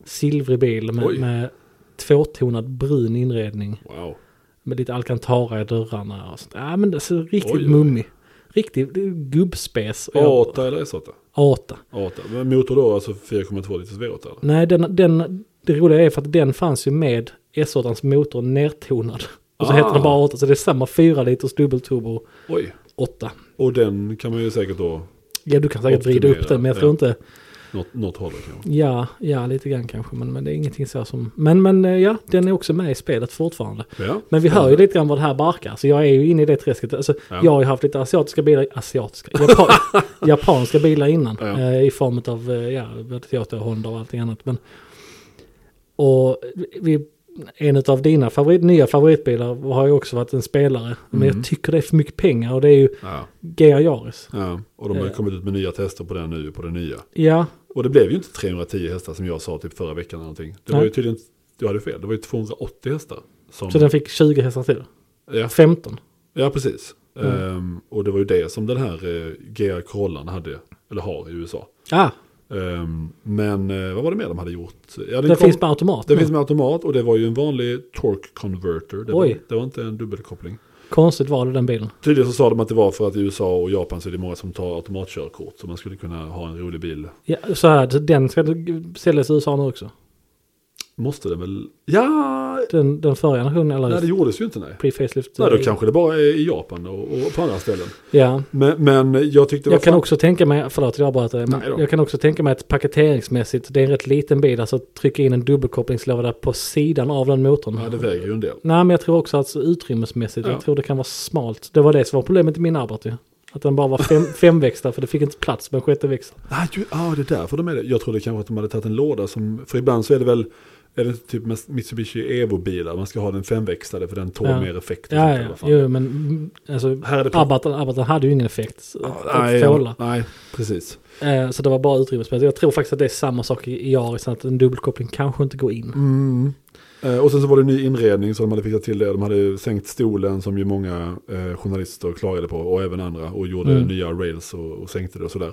[SPEAKER 1] silvrig bil med,
[SPEAKER 2] Oj.
[SPEAKER 1] med tvåtonad brun inredning.
[SPEAKER 2] Wow.
[SPEAKER 1] Med lite alcantara i dörrarna och sånt. Ja men det ser riktigt
[SPEAKER 2] Oj, oj, oj.
[SPEAKER 1] mummig. Riktigt det är gubbspes. Och jag-
[SPEAKER 2] Arta eller S8?
[SPEAKER 1] Ata.
[SPEAKER 2] Arta. Men motor då, alltså 4,2 liters V8 eller?
[SPEAKER 1] Nej, den, den, det roliga är för att den fanns ju med S8ans motor nertonad. Och så
[SPEAKER 2] Ah.
[SPEAKER 1] hette den bara 8, så det är samma 4 liters dubbelturbo
[SPEAKER 2] Oj.
[SPEAKER 1] 8.
[SPEAKER 2] Och den kan man ju säkert då,
[SPEAKER 1] Ja, du kan säkert vrida
[SPEAKER 2] Optimera,
[SPEAKER 1] upp den, men jag tror
[SPEAKER 2] ja.
[SPEAKER 1] inte...
[SPEAKER 2] något, något håller kanske.
[SPEAKER 1] Ja, ja, lite grann kanske, men, men det är ingenting så som... Men, men eh, ja, den är också med i spelet fortfarande.
[SPEAKER 2] Ja.
[SPEAKER 1] Men vi hör ju lite grann vad det här barkar, så jag är ju inne i det träsket. Alltså,
[SPEAKER 2] Ja.
[SPEAKER 1] Jag har ju haft lite asiatiska bilar, asiatiska, Japan, japanska bilar innan.
[SPEAKER 2] Ja.
[SPEAKER 1] Eh, I form av eh, ja, Toyota, Honda och allting annat. Men, och vi, en av dina favorit, nya favoritbilar har ju också varit en spelare. Men
[SPEAKER 2] Mm.
[SPEAKER 1] jag tycker det är för mycket pengar och det är ju
[SPEAKER 2] Ja.
[SPEAKER 1] GR Yaris.
[SPEAKER 2] ja. Och de har ju
[SPEAKER 1] Eh.
[SPEAKER 2] kommit ut med nya tester på den nu, på den nya.
[SPEAKER 1] Ja,
[SPEAKER 2] Och det blev ju inte 310 hästar som jag sa typ förra veckan eller någonting. Det var
[SPEAKER 1] Nej.
[SPEAKER 2] ju tydligen, du hade fel, det var ju 280 hästar. Som,
[SPEAKER 1] så den fick 20 hästar till.
[SPEAKER 2] ja,
[SPEAKER 1] 15.
[SPEAKER 2] ja, precis.
[SPEAKER 1] Mm.
[SPEAKER 2] Ehm, och det var ju det som den här uh, GR Corollan hade, eller har i USA.
[SPEAKER 1] Ah,
[SPEAKER 2] Ehm, men eh, vad var det mer de hade gjort? Ja,
[SPEAKER 1] den,
[SPEAKER 2] den kom-
[SPEAKER 1] finns med automat.
[SPEAKER 2] Det
[SPEAKER 1] nu.
[SPEAKER 2] finns med automat och det var ju en vanlig torque converter. Det, var,
[SPEAKER 1] Oj.
[SPEAKER 2] det var inte en dubbelkoppling.
[SPEAKER 1] Konstigt var det den bilen.
[SPEAKER 2] Tydligen så sa de att det var för att i USA och Japan så är det många som tar automatkörkort. Så man skulle kunna ha en rolig bil.
[SPEAKER 1] Ja, så här, den ska säljas i USA nu också.
[SPEAKER 2] Måste den väl? Ja,
[SPEAKER 1] Den, den förra generationen eller
[SPEAKER 2] nej det gjordes ju inte nej.
[SPEAKER 1] pre-facelift.
[SPEAKER 2] Nej, då kanske det bara är i Japan och, och på andra ställen.
[SPEAKER 1] Ja.
[SPEAKER 2] Men, men jag tyckte det
[SPEAKER 1] Jag kan
[SPEAKER 2] fan-
[SPEAKER 1] också tänka mig, förlåt jag avbröt dig, men
[SPEAKER 2] Nej då.
[SPEAKER 1] jag kan också tänka mig att paketeringsmässigt, det är en rätt liten bil, alltså att trycka in en dubbelkopplingslåda på sidan av den motorn.
[SPEAKER 2] Ja, det väger ju en del.
[SPEAKER 1] Nej men jag tror också att utrymmesmässigt,
[SPEAKER 2] Ja.
[SPEAKER 1] jag tror det kan vara smalt. Det var det som var problemet i min Abarth ju. Att den bara var fem, femväxlad för det fick inte plats med en sjätteväxlad.
[SPEAKER 2] Nej, ju- ja, det är därför de är det. Jag trodde kanske att de hade tagit en låda som, för ibland så är det väl, är det inte typ Mas- Mitsubishi Evo-bilar, man ska ha den femväxlade för den tål
[SPEAKER 1] Ja.
[SPEAKER 2] mer effekt. och sånt
[SPEAKER 1] Ja,
[SPEAKER 2] där,
[SPEAKER 1] ja,
[SPEAKER 2] vad fan.
[SPEAKER 1] jo men mm, alltså,
[SPEAKER 2] Här är det pl-
[SPEAKER 1] Abarthen Abarthen hade ju ingen effekt att
[SPEAKER 2] nej,
[SPEAKER 1] tåla.
[SPEAKER 2] ja, nej, precis.
[SPEAKER 1] Eh, Så det var bara utrymmesmässigt. Jag tror faktiskt att det är samma sak i i Yaris, att en dubbelkoppling kanske inte går in.
[SPEAKER 2] Mm. Eh, Och sen så var det en ny inredning som de hade fixat till det. De hade sänkt stolen som ju många eh, journalister klagade på och även andra och gjorde
[SPEAKER 1] Mm.
[SPEAKER 2] nya rails och, och sänkte det och sådär.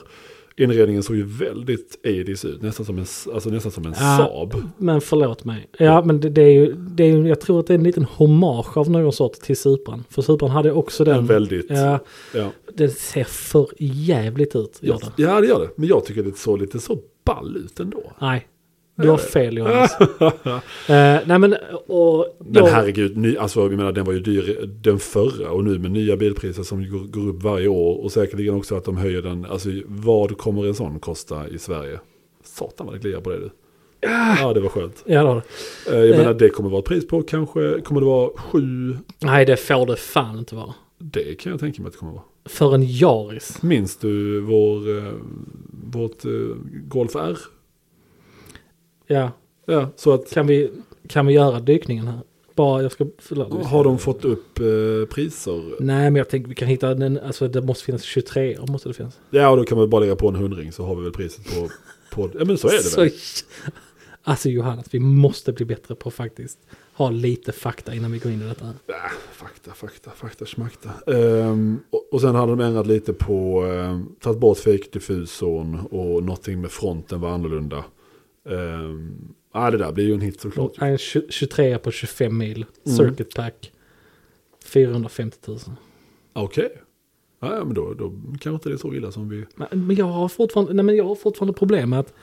[SPEAKER 2] Inredningen såg ju väldigt 80s ut, nästan som en, s- alltså nästan som en
[SPEAKER 1] Ja.
[SPEAKER 2] Saab.
[SPEAKER 1] Men förlåt mig. Ja, men det, det är ju, det är, ju- jag tror att det är en liten hommage av någon sort till Supran. För Supran hade också den.
[SPEAKER 2] En väldigt, ja.
[SPEAKER 1] ja,
[SPEAKER 2] Ja.
[SPEAKER 1] den ser för jävligt ut. Gör den.
[SPEAKER 2] ja det gör det. Men jag tycker det såg lite så ball ut ändå.
[SPEAKER 1] Nej, du har fel Johannes. Eh, nej men, och...
[SPEAKER 2] Men
[SPEAKER 1] då-
[SPEAKER 2] herregud, ny, alltså, jag menar, den var ju dyr den förra och nu med nya bilpriser som går, går upp varje år och säkerligen också att de höjer den. Alltså vad kommer en sån kosta i Sverige? Satan vad det kliar på det du. Ja det var skönt.
[SPEAKER 1] Ja, då.
[SPEAKER 2] Eh, Jag
[SPEAKER 1] Eh.
[SPEAKER 2] menar det kommer vara ett pris på kanske, kommer det vara sju?
[SPEAKER 1] Nej, det får det fan inte vara.
[SPEAKER 2] Det kan jag tänka mig att det kommer vara.
[SPEAKER 1] För en Yaris.
[SPEAKER 2] Minns du vår, eh, vårt eh, Golf R?
[SPEAKER 1] Ja,
[SPEAKER 2] Ja, så att
[SPEAKER 1] kan vi, kan vi göra dykningen här? Bara, jag ska... Förlåt. vi ska-
[SPEAKER 2] har de fått upp eh, priser?
[SPEAKER 1] Nej, men jag tänker vi kan hitta den, alltså det måste finnas 23 år måste det finnas.
[SPEAKER 2] Ja, och då kan man bara lägga på en hundring så har vi väl priset på... på ja, men så är det väl?
[SPEAKER 1] Så- Alltså Johannes, vi måste bli bättre på att faktiskt ha lite fakta innan vi går in i detta. här.
[SPEAKER 2] Äh, fakta, fakta, fakta, smakta. Ehm, och, och sen hade de ändrat lite på, um, tagit bort fake-diffusorn och någonting med fronten var annorlunda. Um, ah, det där blir ju en hit såklart.
[SPEAKER 1] En tju- 23 på 25 mil,
[SPEAKER 2] Mm.
[SPEAKER 1] circuit pack, 450 000. Mm.
[SPEAKER 2] Okej. Ja, ja, men då, då kanske inte det är så illa som vi...
[SPEAKER 1] Men- Men jag har fortfarande, nej men jag har fortfarande problem med att,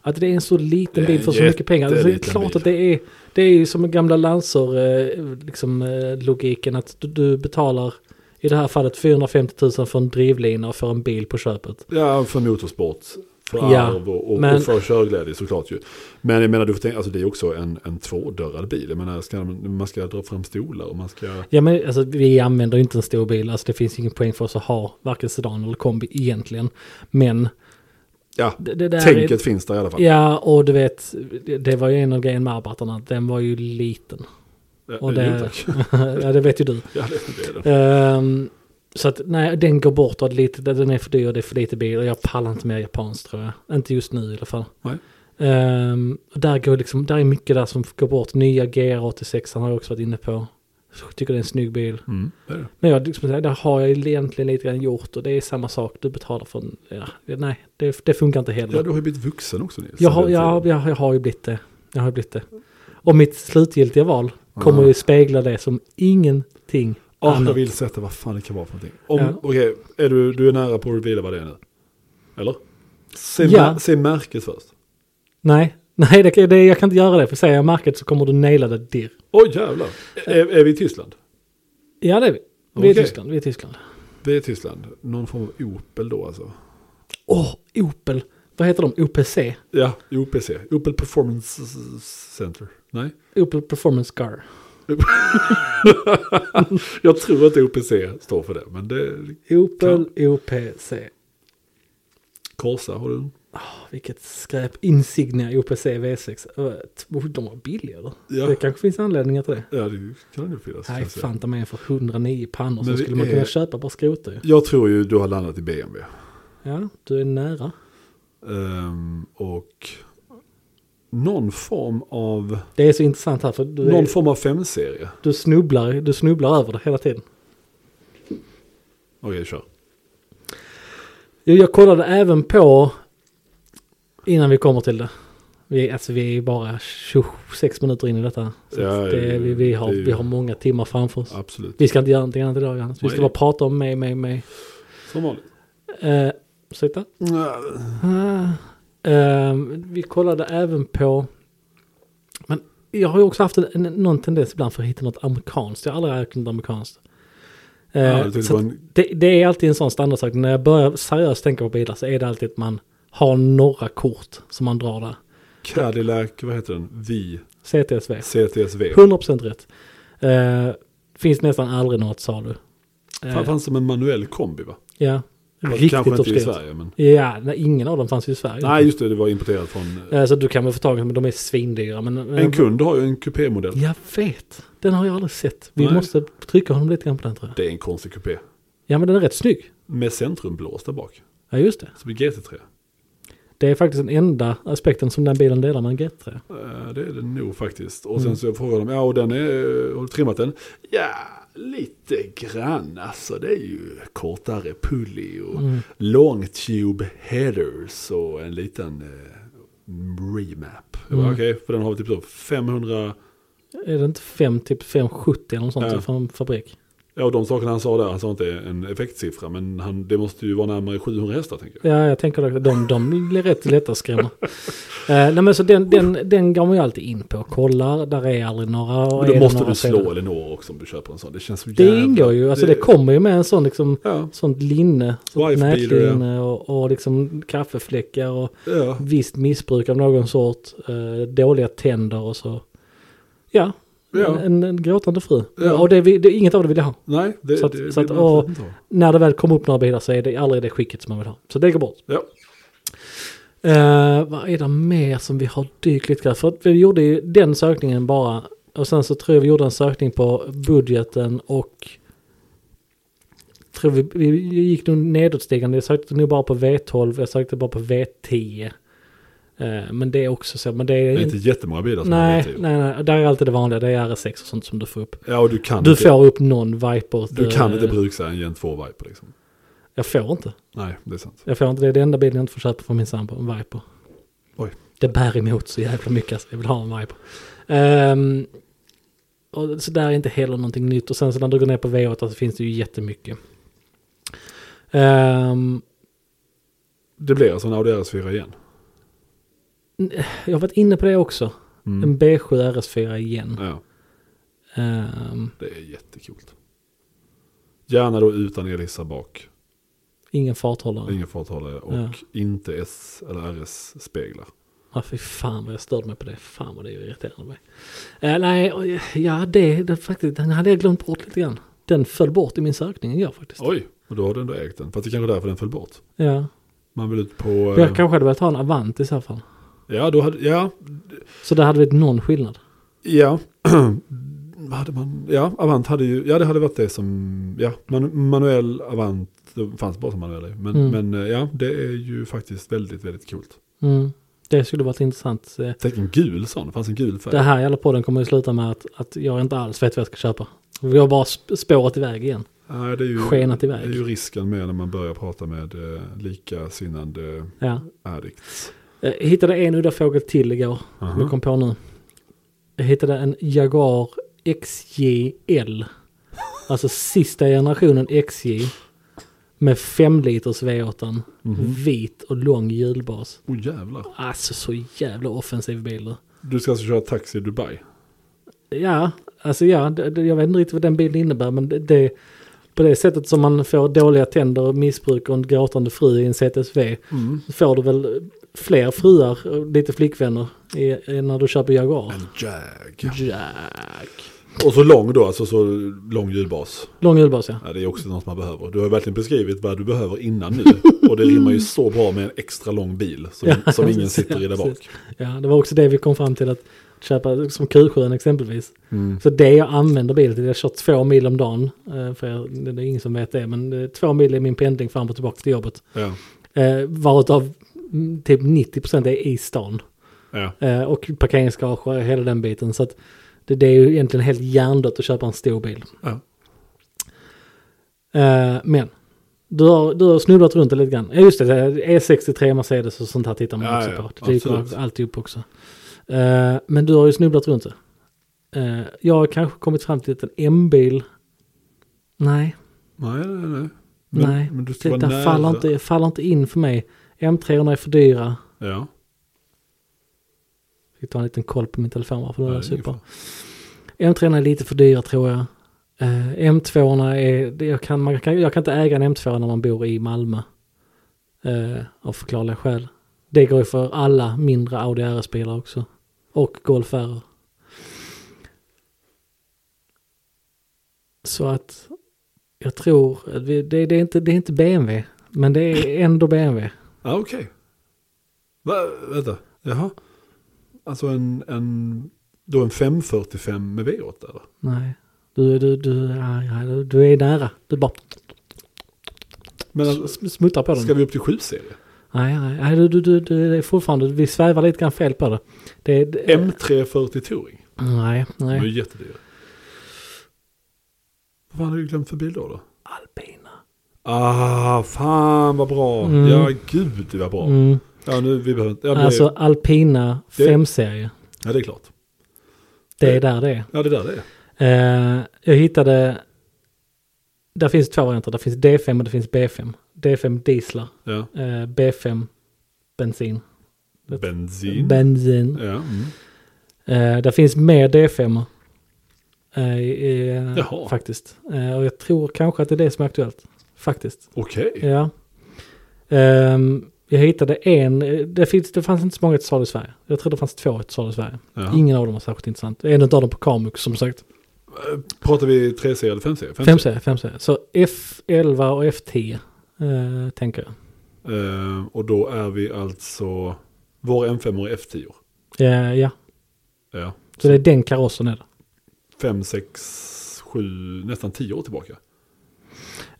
[SPEAKER 1] att det är en så liten
[SPEAKER 2] Det är
[SPEAKER 1] bil för
[SPEAKER 2] en
[SPEAKER 1] så mycket pengar. Alltså, det är
[SPEAKER 2] jätteliten
[SPEAKER 1] klart
[SPEAKER 2] bil.
[SPEAKER 1] att det är, det är ju som den gamla Lancer, eh, liksom eh, logiken att du, du betalar i det här fallet 450 000 för en drivlina och för en bil på köpet.
[SPEAKER 2] Ja, för motorsport. För
[SPEAKER 1] Ja,
[SPEAKER 2] arv och, och,
[SPEAKER 1] men-
[SPEAKER 2] och för körglädje såklart ju. Men jag menar, du får tänka, alltså det är också en, en tvådörrad bil. Jag menar, ska, man man ska dra fram stolar och man ska...
[SPEAKER 1] Ja men alltså vi använder ju inte en stor bil, alltså det finns ingen poäng för oss att ha varken sedan eller kombi egentligen. Men
[SPEAKER 2] Ja,
[SPEAKER 1] det, det där
[SPEAKER 2] tänket finns där i alla fall.
[SPEAKER 1] är... Ja och du vet, det, det var ju en av grejerna med arbetarna, att den var ju liten.
[SPEAKER 2] Ja,
[SPEAKER 1] Och
[SPEAKER 2] jo,
[SPEAKER 1] det,
[SPEAKER 2] tack.
[SPEAKER 1] ja det vet ju du.
[SPEAKER 2] Ja, det, det är det.
[SPEAKER 1] Ehm, så att nej, den går bortåt lite, den är för dyr, det är för lite bil och jag pallar inte mer japanskt tror jag. Inte just nu i alla fall.
[SPEAKER 2] Nej.
[SPEAKER 1] Ehm, och där, går liksom, där är mycket där som går bort. Nya GR86 har jag också varit inne på. tycker det är en snygg bil.
[SPEAKER 2] Mm, det är det.
[SPEAKER 1] Men jag, liksom, det har jag egentligen lite grann gjort och det är samma sak. Du betalar för en, ja, nej, det, det funkar inte heller.
[SPEAKER 2] Ja, du har ju blivit vuxen också Nils.
[SPEAKER 1] jag, har,
[SPEAKER 2] Den
[SPEAKER 1] jag,
[SPEAKER 2] tiden.
[SPEAKER 1] jag, jag har ju blivit det. Jag har ju blivit det. Och mitt slutgiltiga val kommer
[SPEAKER 2] Mm.
[SPEAKER 1] ju spegla det som ingenting
[SPEAKER 2] Ja, jag
[SPEAKER 1] annat.
[SPEAKER 2] vill sätta vad fan det kan vara för någonting. Om,
[SPEAKER 1] Ja.
[SPEAKER 2] Okej, är du, du är nära på att reveala vad det är nu? Eller? Se,
[SPEAKER 1] Ja.
[SPEAKER 2] mä- se märket först.
[SPEAKER 1] Nej, nej det, kan- det, jag kan inte göra det. För säger jag märket så kommer du naila det dirr.
[SPEAKER 2] Oj jävlar. Är, är vi i Tyskland?
[SPEAKER 1] Ja, det är vi. Vi är i
[SPEAKER 2] Okej.
[SPEAKER 1] Tyskland. Vi är i Tyskland.
[SPEAKER 2] Vi är i Tyskland. Någon form av Opel då alltså.
[SPEAKER 1] Åh, Opel. Vad heter de? OPC?
[SPEAKER 2] Ja, OPC. Opel Performance Center. Nej?
[SPEAKER 1] Opel Performance Car.
[SPEAKER 2] Jag tror att OPC står för det, men det...
[SPEAKER 1] Opel OPC.
[SPEAKER 2] Corsa har du?
[SPEAKER 1] Åh, vilket skräp. Insignia OPC V6. Ö, t- oh, De var billiga eller?
[SPEAKER 2] Ja.
[SPEAKER 1] Det kanske finns anledningar till det.
[SPEAKER 2] Ja, det kan det nog finnas. kan
[SPEAKER 1] Nej,
[SPEAKER 2] jag säga.
[SPEAKER 1] fan ta med en för 109 pannor. Så
[SPEAKER 2] Men vi
[SPEAKER 1] skulle man
[SPEAKER 2] är-
[SPEAKER 1] kunna köpa bara skrota ju.
[SPEAKER 2] Jag tror ju du har landat i BMW.
[SPEAKER 1] Ja, du är nära.
[SPEAKER 2] Ehm, och någon form av...
[SPEAKER 1] Det är så intressant här för du,
[SPEAKER 2] Någon
[SPEAKER 1] är,
[SPEAKER 2] form av 5-serie.
[SPEAKER 1] du, snubblar, du snubblar över det hela tiden.
[SPEAKER 2] Okej, kör.
[SPEAKER 1] Jo, jag kollade även på, innan vi kommer till det, vi, alltså vi är bara 26 minuter in i detta. Så
[SPEAKER 2] Ja,
[SPEAKER 1] att det, vi, vi, har,
[SPEAKER 2] det är ju-
[SPEAKER 1] vi har många timmar framför oss.
[SPEAKER 2] Absolut.
[SPEAKER 1] Vi ska inte göra någonting annat idag Johannes. Vi ska
[SPEAKER 2] Nej.
[SPEAKER 1] bara prata om mig, mig, mig.
[SPEAKER 2] Som vanligt.
[SPEAKER 1] Eh, ursäkta? Ah. Eh, vi kollade även på, men jag har ju också haft en, en, någon tendens ibland för att hitta något amerikanskt. Jag har aldrig ägt något amerikanskt. Eh,
[SPEAKER 2] Ja, jag tyckte
[SPEAKER 1] så
[SPEAKER 2] det var
[SPEAKER 1] att
[SPEAKER 2] en-
[SPEAKER 1] det, det är alltid en sån standardsak. När jag börjar seriöst tänka på bilar så är det alltid att man har några kort som man drar där.
[SPEAKER 2] Cadillac, vad heter den? Vi.
[SPEAKER 1] CTSV.
[SPEAKER 2] CTSV.
[SPEAKER 1] 100% rätt. Eh, finns nästan aldrig något salu.
[SPEAKER 2] Fan, fanns som en manuell kombi va?
[SPEAKER 1] Ja,
[SPEAKER 2] Fast
[SPEAKER 1] riktigt
[SPEAKER 2] Kanske inte i
[SPEAKER 1] obskyrt.
[SPEAKER 2] Sverige men.
[SPEAKER 1] Ja, nej, ingen av dem fanns ju i Sverige.
[SPEAKER 2] Nej just det, det var importerat från.
[SPEAKER 1] Eh, Så du kan väl få tag i dem, men de är svindyra. Men, eh,
[SPEAKER 2] En kund har ju en kupémodell.
[SPEAKER 1] Jag vet, den har jag aldrig sett. Vi
[SPEAKER 2] Nej.
[SPEAKER 1] måste trycka honom lite grann på den tror jag.
[SPEAKER 2] Det är en konstig kupé.
[SPEAKER 1] Ja, men den är rätt snygg.
[SPEAKER 2] Med centrumblås där bak.
[SPEAKER 1] Ja, just det.
[SPEAKER 2] Som i GT3.
[SPEAKER 1] Det är faktiskt den enda aspekten som den bilen delar med en GT3.
[SPEAKER 2] Eh, Det är det nog faktiskt. Och
[SPEAKER 1] Mm.
[SPEAKER 2] sen så jag frågade de, ja och den är, har du trimmat den? Ja, lite grann alltså. Det är ju kortare pulley och
[SPEAKER 1] Mm.
[SPEAKER 2] long tube headers och en liten eh, remap. Jag bara,
[SPEAKER 1] Mm.
[SPEAKER 2] Okej, för den har typ så 500,
[SPEAKER 1] Är det inte 5, typ 570 eller något sånt
[SPEAKER 2] Ja.
[SPEAKER 1] från fabrik?
[SPEAKER 2] ja och de sakerna han sa där, han sa inte en effektsiffra, men han, det måste ju vara närmare 700 hästar tänker jag.
[SPEAKER 1] Ja, jag tänker att de, de blir rätt lätta att skrämma. Eh, nej, men så den, den, den går man ju alltid in på och kollar. Där är aldrig några. och
[SPEAKER 2] Men
[SPEAKER 1] är
[SPEAKER 2] då
[SPEAKER 1] det
[SPEAKER 2] måste
[SPEAKER 1] några
[SPEAKER 2] du
[SPEAKER 1] så är det-
[SPEAKER 2] slå Elinor också om du köper en sån. Det känns så jävla...
[SPEAKER 1] Det ingår ju, alltså det kommer ju med en sån liksom,
[SPEAKER 2] Ja,
[SPEAKER 1] sånt linne, sånt
[SPEAKER 2] Wife beater, ja.
[SPEAKER 1] nätlinne och, och liksom kaffefläckar och
[SPEAKER 2] ja.
[SPEAKER 1] visst missbruk av någon sort, eh, dåliga tänder och så. Ja,
[SPEAKER 2] Ja.
[SPEAKER 1] En, en, en gråtande fru.
[SPEAKER 2] Ja.
[SPEAKER 1] Och det, vi- det, inget av det vill jag ha.
[SPEAKER 2] Nej, det,
[SPEAKER 1] Så att-
[SPEAKER 2] det
[SPEAKER 1] så
[SPEAKER 2] vill
[SPEAKER 1] att,
[SPEAKER 2] man
[SPEAKER 1] och-
[SPEAKER 2] absolut inte ha.
[SPEAKER 1] När det väl kommer upp några bilar så är det aldrig det skicket som man vill ha. Så det går bort.
[SPEAKER 2] Ja.
[SPEAKER 1] Eh, vad är det mer som vi har dykt lite grann? För att vi gjorde ju den sökningen bara. Och sen så tror jag vi gjorde en sökning på budgeten och tror vi, vi gick nog nedåtstigande. Jag sökte nog bara på V12, jag sökte bara på V10. Eh, men det är också så, men det är
[SPEAKER 2] Det är inte jättemånga bilar som typ. har
[SPEAKER 1] Nej,
[SPEAKER 2] VTO.
[SPEAKER 1] nej, nej. Där är alltid det vanliga. Det är RS6 och sånt som du får upp.
[SPEAKER 2] Ja, och du kan
[SPEAKER 1] Du
[SPEAKER 2] inte,
[SPEAKER 1] får upp någon Viper.
[SPEAKER 2] du kan inte
[SPEAKER 1] Eh,
[SPEAKER 2] bruka en Gen 2 Viper liksom.
[SPEAKER 1] Jag får inte.
[SPEAKER 2] Nej, det är sant.
[SPEAKER 1] Jag får inte. Det är den enda bilen jag inte får köpa från min sambo. En Viper.
[SPEAKER 2] Oj.
[SPEAKER 1] Det bär emot så jävla mycket. Alltså. Jag vill ha en Viper. Ehm, och så där är inte heller någonting nytt. Och sen så när du går ner på V8 så finns det ju jättemycket. Ehm,
[SPEAKER 2] Det blir alltså en Audi RS4 igen.
[SPEAKER 1] jag har varit inne på det också.
[SPEAKER 2] Mm.
[SPEAKER 1] En B7 RS4 igen.
[SPEAKER 2] Ja,
[SPEAKER 1] Ehm,
[SPEAKER 2] det är jättekult. Gärna då utan elhissar bak,
[SPEAKER 1] ingen farthållare.
[SPEAKER 2] ingen farthållare och
[SPEAKER 1] Ja.
[SPEAKER 2] inte S eller RS-speglar.
[SPEAKER 1] Ja, fy fan vad jag störde mig på det. Fan vad det irriterade mig. Eh, nej, och, ja det, det faktiskt, den hade jag glömt bort lite grann. Den föll bort i min sökning igår faktiskt.
[SPEAKER 2] Oj, och då har du ändå ägt den. Fast det kanske är därför den föll bort.
[SPEAKER 1] Ja.
[SPEAKER 2] Man vill ut på...
[SPEAKER 1] Men
[SPEAKER 2] eh,
[SPEAKER 1] Jag kanske hade velat ha en Avant i så fall.
[SPEAKER 2] Ja, då hade... Ja,
[SPEAKER 1] Så det hade blivit någon skillnad.
[SPEAKER 2] ja. Vad hade man... Ja, Avant hade ju... Ja, det hade varit det som... Ja, man, manuell Avant. Det fanns bara som manuell. ju. Men,
[SPEAKER 1] Mm.
[SPEAKER 2] men eh, ja, det är ju faktiskt väldigt, väldigt kul.
[SPEAKER 1] Mm. Det skulle varit intressant. Eh,
[SPEAKER 2] Tänk en gul sån, det fanns en gul färg.
[SPEAKER 1] Det här jävla podden kommer ju sluta med att, att jag inte alls vet vad jag ska köpa. Vi har bara sp- spårat iväg igen.
[SPEAKER 2] Nej, det är ju,
[SPEAKER 1] Skenat iväg.
[SPEAKER 2] Det är ju risken med när man börjar prata med eh, likasinnande
[SPEAKER 1] Ja.
[SPEAKER 2] addicts.
[SPEAKER 1] Jag hittade en udda fågel till igår. Som
[SPEAKER 2] Aha.
[SPEAKER 1] jag kom på nu. Jag hittade en Jaguar XJL. Alltså sista generationen XJ. Med 5 liters V8.
[SPEAKER 2] Mhm.
[SPEAKER 1] Vit och lång hjulbas.
[SPEAKER 2] Åh jävlar.
[SPEAKER 1] Alltså så jävla offensiv bil. du.
[SPEAKER 2] Du ska alltså köra taxi i Dubai?
[SPEAKER 1] Ja, alltså ja, det, det- jag vet inte riktigt vad den bilden innebär. Men det, det på det sättet som man får dåliga tänder och missbruk och en gråtande fru i en CTSV. Får du väl fler fruar och lite flickvänner i, i, när du köper Jaguar.
[SPEAKER 2] En jag.
[SPEAKER 1] Jack.
[SPEAKER 2] Och så lång då, alltså så lång ljudbas.
[SPEAKER 1] Lång julbas ja.
[SPEAKER 2] Ja, det är också något man behöver. Du har verkligen beskrivit vad du behöver innan nu. Och det rimmar ju så bra med en extra lång bil som, som ingen sitter i där bak.
[SPEAKER 1] precis. ja. Det var också det vi kom fram till att köpa som Q7 exempelvis.
[SPEAKER 2] Mm.
[SPEAKER 1] Så det jag använder bilen till, jag kör två mil om dagen. eh, För jag, det är ingen som vet det, men eh, två mil är min pendling fram och tillbaka till jobbet.
[SPEAKER 2] Ja.
[SPEAKER 1] Eh, Varutav mm, typ 90% är i stan.
[SPEAKER 2] Ja.
[SPEAKER 1] Eh, Och parkeringsgarage och hela den biten. Så att det, det är ju egentligen helt hjärndött att köpa en stor bil.
[SPEAKER 2] Ja.
[SPEAKER 1] Eh, men du har, du har snubblat runt det lite grann. Ja, just det, E63 Mercedes och sånt här tittar man
[SPEAKER 2] Ja,
[SPEAKER 1] också
[SPEAKER 2] ja,
[SPEAKER 1] på. Det dyker
[SPEAKER 2] absolut.
[SPEAKER 1] man alltid upp också. Eh, men du har ju snubblat runt det. Eh, jag har kanske kommit fram till att en M-bil, nej,
[SPEAKER 2] Nej, nej, nej. Men,
[SPEAKER 1] nej,
[SPEAKER 2] men du ska
[SPEAKER 1] det
[SPEAKER 2] vara
[SPEAKER 1] där
[SPEAKER 2] nära.
[SPEAKER 1] faller inte, faller inte in för mig. M3 är för dyra.
[SPEAKER 2] Ja.
[SPEAKER 1] Jag ta en liten koll på min telefon varför den
[SPEAKER 2] Nej,
[SPEAKER 1] är
[SPEAKER 2] det är ingen
[SPEAKER 1] super. M3 är lite för dyra tror jag. Eh, M2 är, det- jag kan, man kan, jag kan inte äga en M2 när man bor i Malmö. Eh, av förklarliga skäl. Det går ju för alla mindre Audi RS-bilar också. Och Golf R. Så att jag tror, att vi- det, det, är inte, det är inte BMW. Men det är ändå BMW.
[SPEAKER 2] Ja, okej. Va, vänta, jaha. Alltså en, en, då en 545 med V8 eller?
[SPEAKER 1] Nej, du, du, du, ja, ja, du, du är nära. Du bara
[SPEAKER 2] Men alltså,
[SPEAKER 1] sm- smuttar på den.
[SPEAKER 2] ska vi upp till 7-serie?
[SPEAKER 1] Nej, nej, nej du, du, du, du, det är fortfarande, vi svävar lite grann fel på det. det, det
[SPEAKER 2] M340 Touring.
[SPEAKER 1] Nej,
[SPEAKER 2] De är ju
[SPEAKER 1] Eh. nej.
[SPEAKER 2] jättedyra. Vad fan har du glömt för bil då? då?
[SPEAKER 1] Alpina.
[SPEAKER 2] Ah, fan vad bra.
[SPEAKER 1] Mm.
[SPEAKER 2] Ja, gud det var bra.
[SPEAKER 1] Mm.
[SPEAKER 2] Ja, nu, vi behöver inte. Ja, det,
[SPEAKER 1] Alltså Alpina
[SPEAKER 2] Det-
[SPEAKER 1] 5-serie.
[SPEAKER 2] ja, det är klart.
[SPEAKER 1] Det är där det är.
[SPEAKER 2] Ja, det där det är.
[SPEAKER 1] Eh, jag hittade, där finns två varianter. Där finns D5 och det finns B5. D5 dieslar,
[SPEAKER 2] Ja.
[SPEAKER 1] eh, B5 bensin. Vet-
[SPEAKER 2] Bensin.
[SPEAKER 1] Bensin.
[SPEAKER 2] ja. Mm.
[SPEAKER 1] Eh, där finns mer D5. Eh, i-
[SPEAKER 2] Jaha.
[SPEAKER 1] eh, faktiskt. Eh, och jag tror kanske att det är det som är aktuellt. Faktiskt.
[SPEAKER 2] Okej.
[SPEAKER 1] Ja. Ehm, jag hittade en, det, finns, det fanns inte så många till salu i Sverige. Jag tror det fanns två till salu i Sverige.
[SPEAKER 2] Ja.
[SPEAKER 1] Ingen av dem var särskilt intressant. En av dem på Kamux som sagt.
[SPEAKER 2] Eh, Pratar vi 3-serie eller 5-serie?
[SPEAKER 1] 5C, 5C. Så F11 och F10 eh, tänker jag.
[SPEAKER 2] Eh, och då är vi alltså, vår M5 är F10.
[SPEAKER 1] Eh, ja,
[SPEAKER 2] Ja.
[SPEAKER 1] så det är den karossen är det.
[SPEAKER 2] 5, 6, 7, nästan 10 år tillbaka.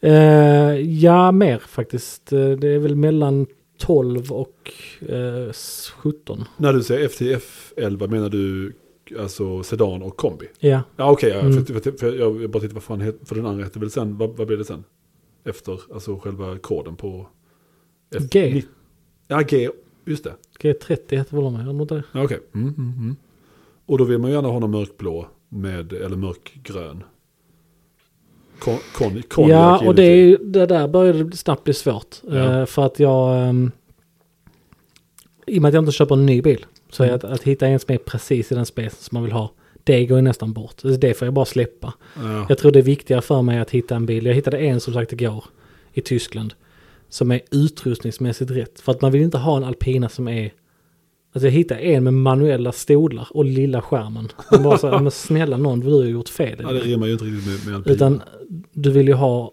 [SPEAKER 1] Eh, ja, mer faktiskt. Eh, Det är väl mellan 12 och eh, 17.
[SPEAKER 2] När du säger FTF 11 menar du alltså sedan och kombi?
[SPEAKER 1] Ja,
[SPEAKER 2] Ja okej, ja,
[SPEAKER 1] Mm.
[SPEAKER 2] för, för, för, jag jag bara tittar vad fan heter, för den andra hette väl sen, vad, vad blev det sen? Efter, alltså själva koden på...
[SPEAKER 1] G.
[SPEAKER 2] ni- Ja, G, just det.
[SPEAKER 1] G30 heter väl de? eller något där.
[SPEAKER 2] Ja, okej. Mm, mm, mm. Och då vill man gärna ha någon mörkblå med, eller mörkgrön. Kon, kon, konjak
[SPEAKER 1] Ja, och det, är,
[SPEAKER 2] givetvis.
[SPEAKER 1] ju- det där började det snabbt bli svårt.
[SPEAKER 2] Ja.
[SPEAKER 1] Eh, för att jag... ehm, I och med att jag inte köper en ny bil. Så
[SPEAKER 2] Mm.
[SPEAKER 1] är att, att hitta en som är precis i den spacen som man vill ha. Det går ju nästan bort. Alltså, Det får jag bara släppa.
[SPEAKER 2] Ja.
[SPEAKER 1] Jag tror det är viktigare för mig att hitta en bil. Jag hittade en som sagt igår i Tyskland. Som är utrustningsmässigt rätt. För att man vill inte ha en Alpina som är... Alltså jag hittade en med manuella stolar och lilla skärmen. Man bara så här, men snälla någon, du har ju gjort fel.
[SPEAKER 2] Ja, det rimmar ju inte riktigt med, med alpin.
[SPEAKER 1] Utan du vill ju ha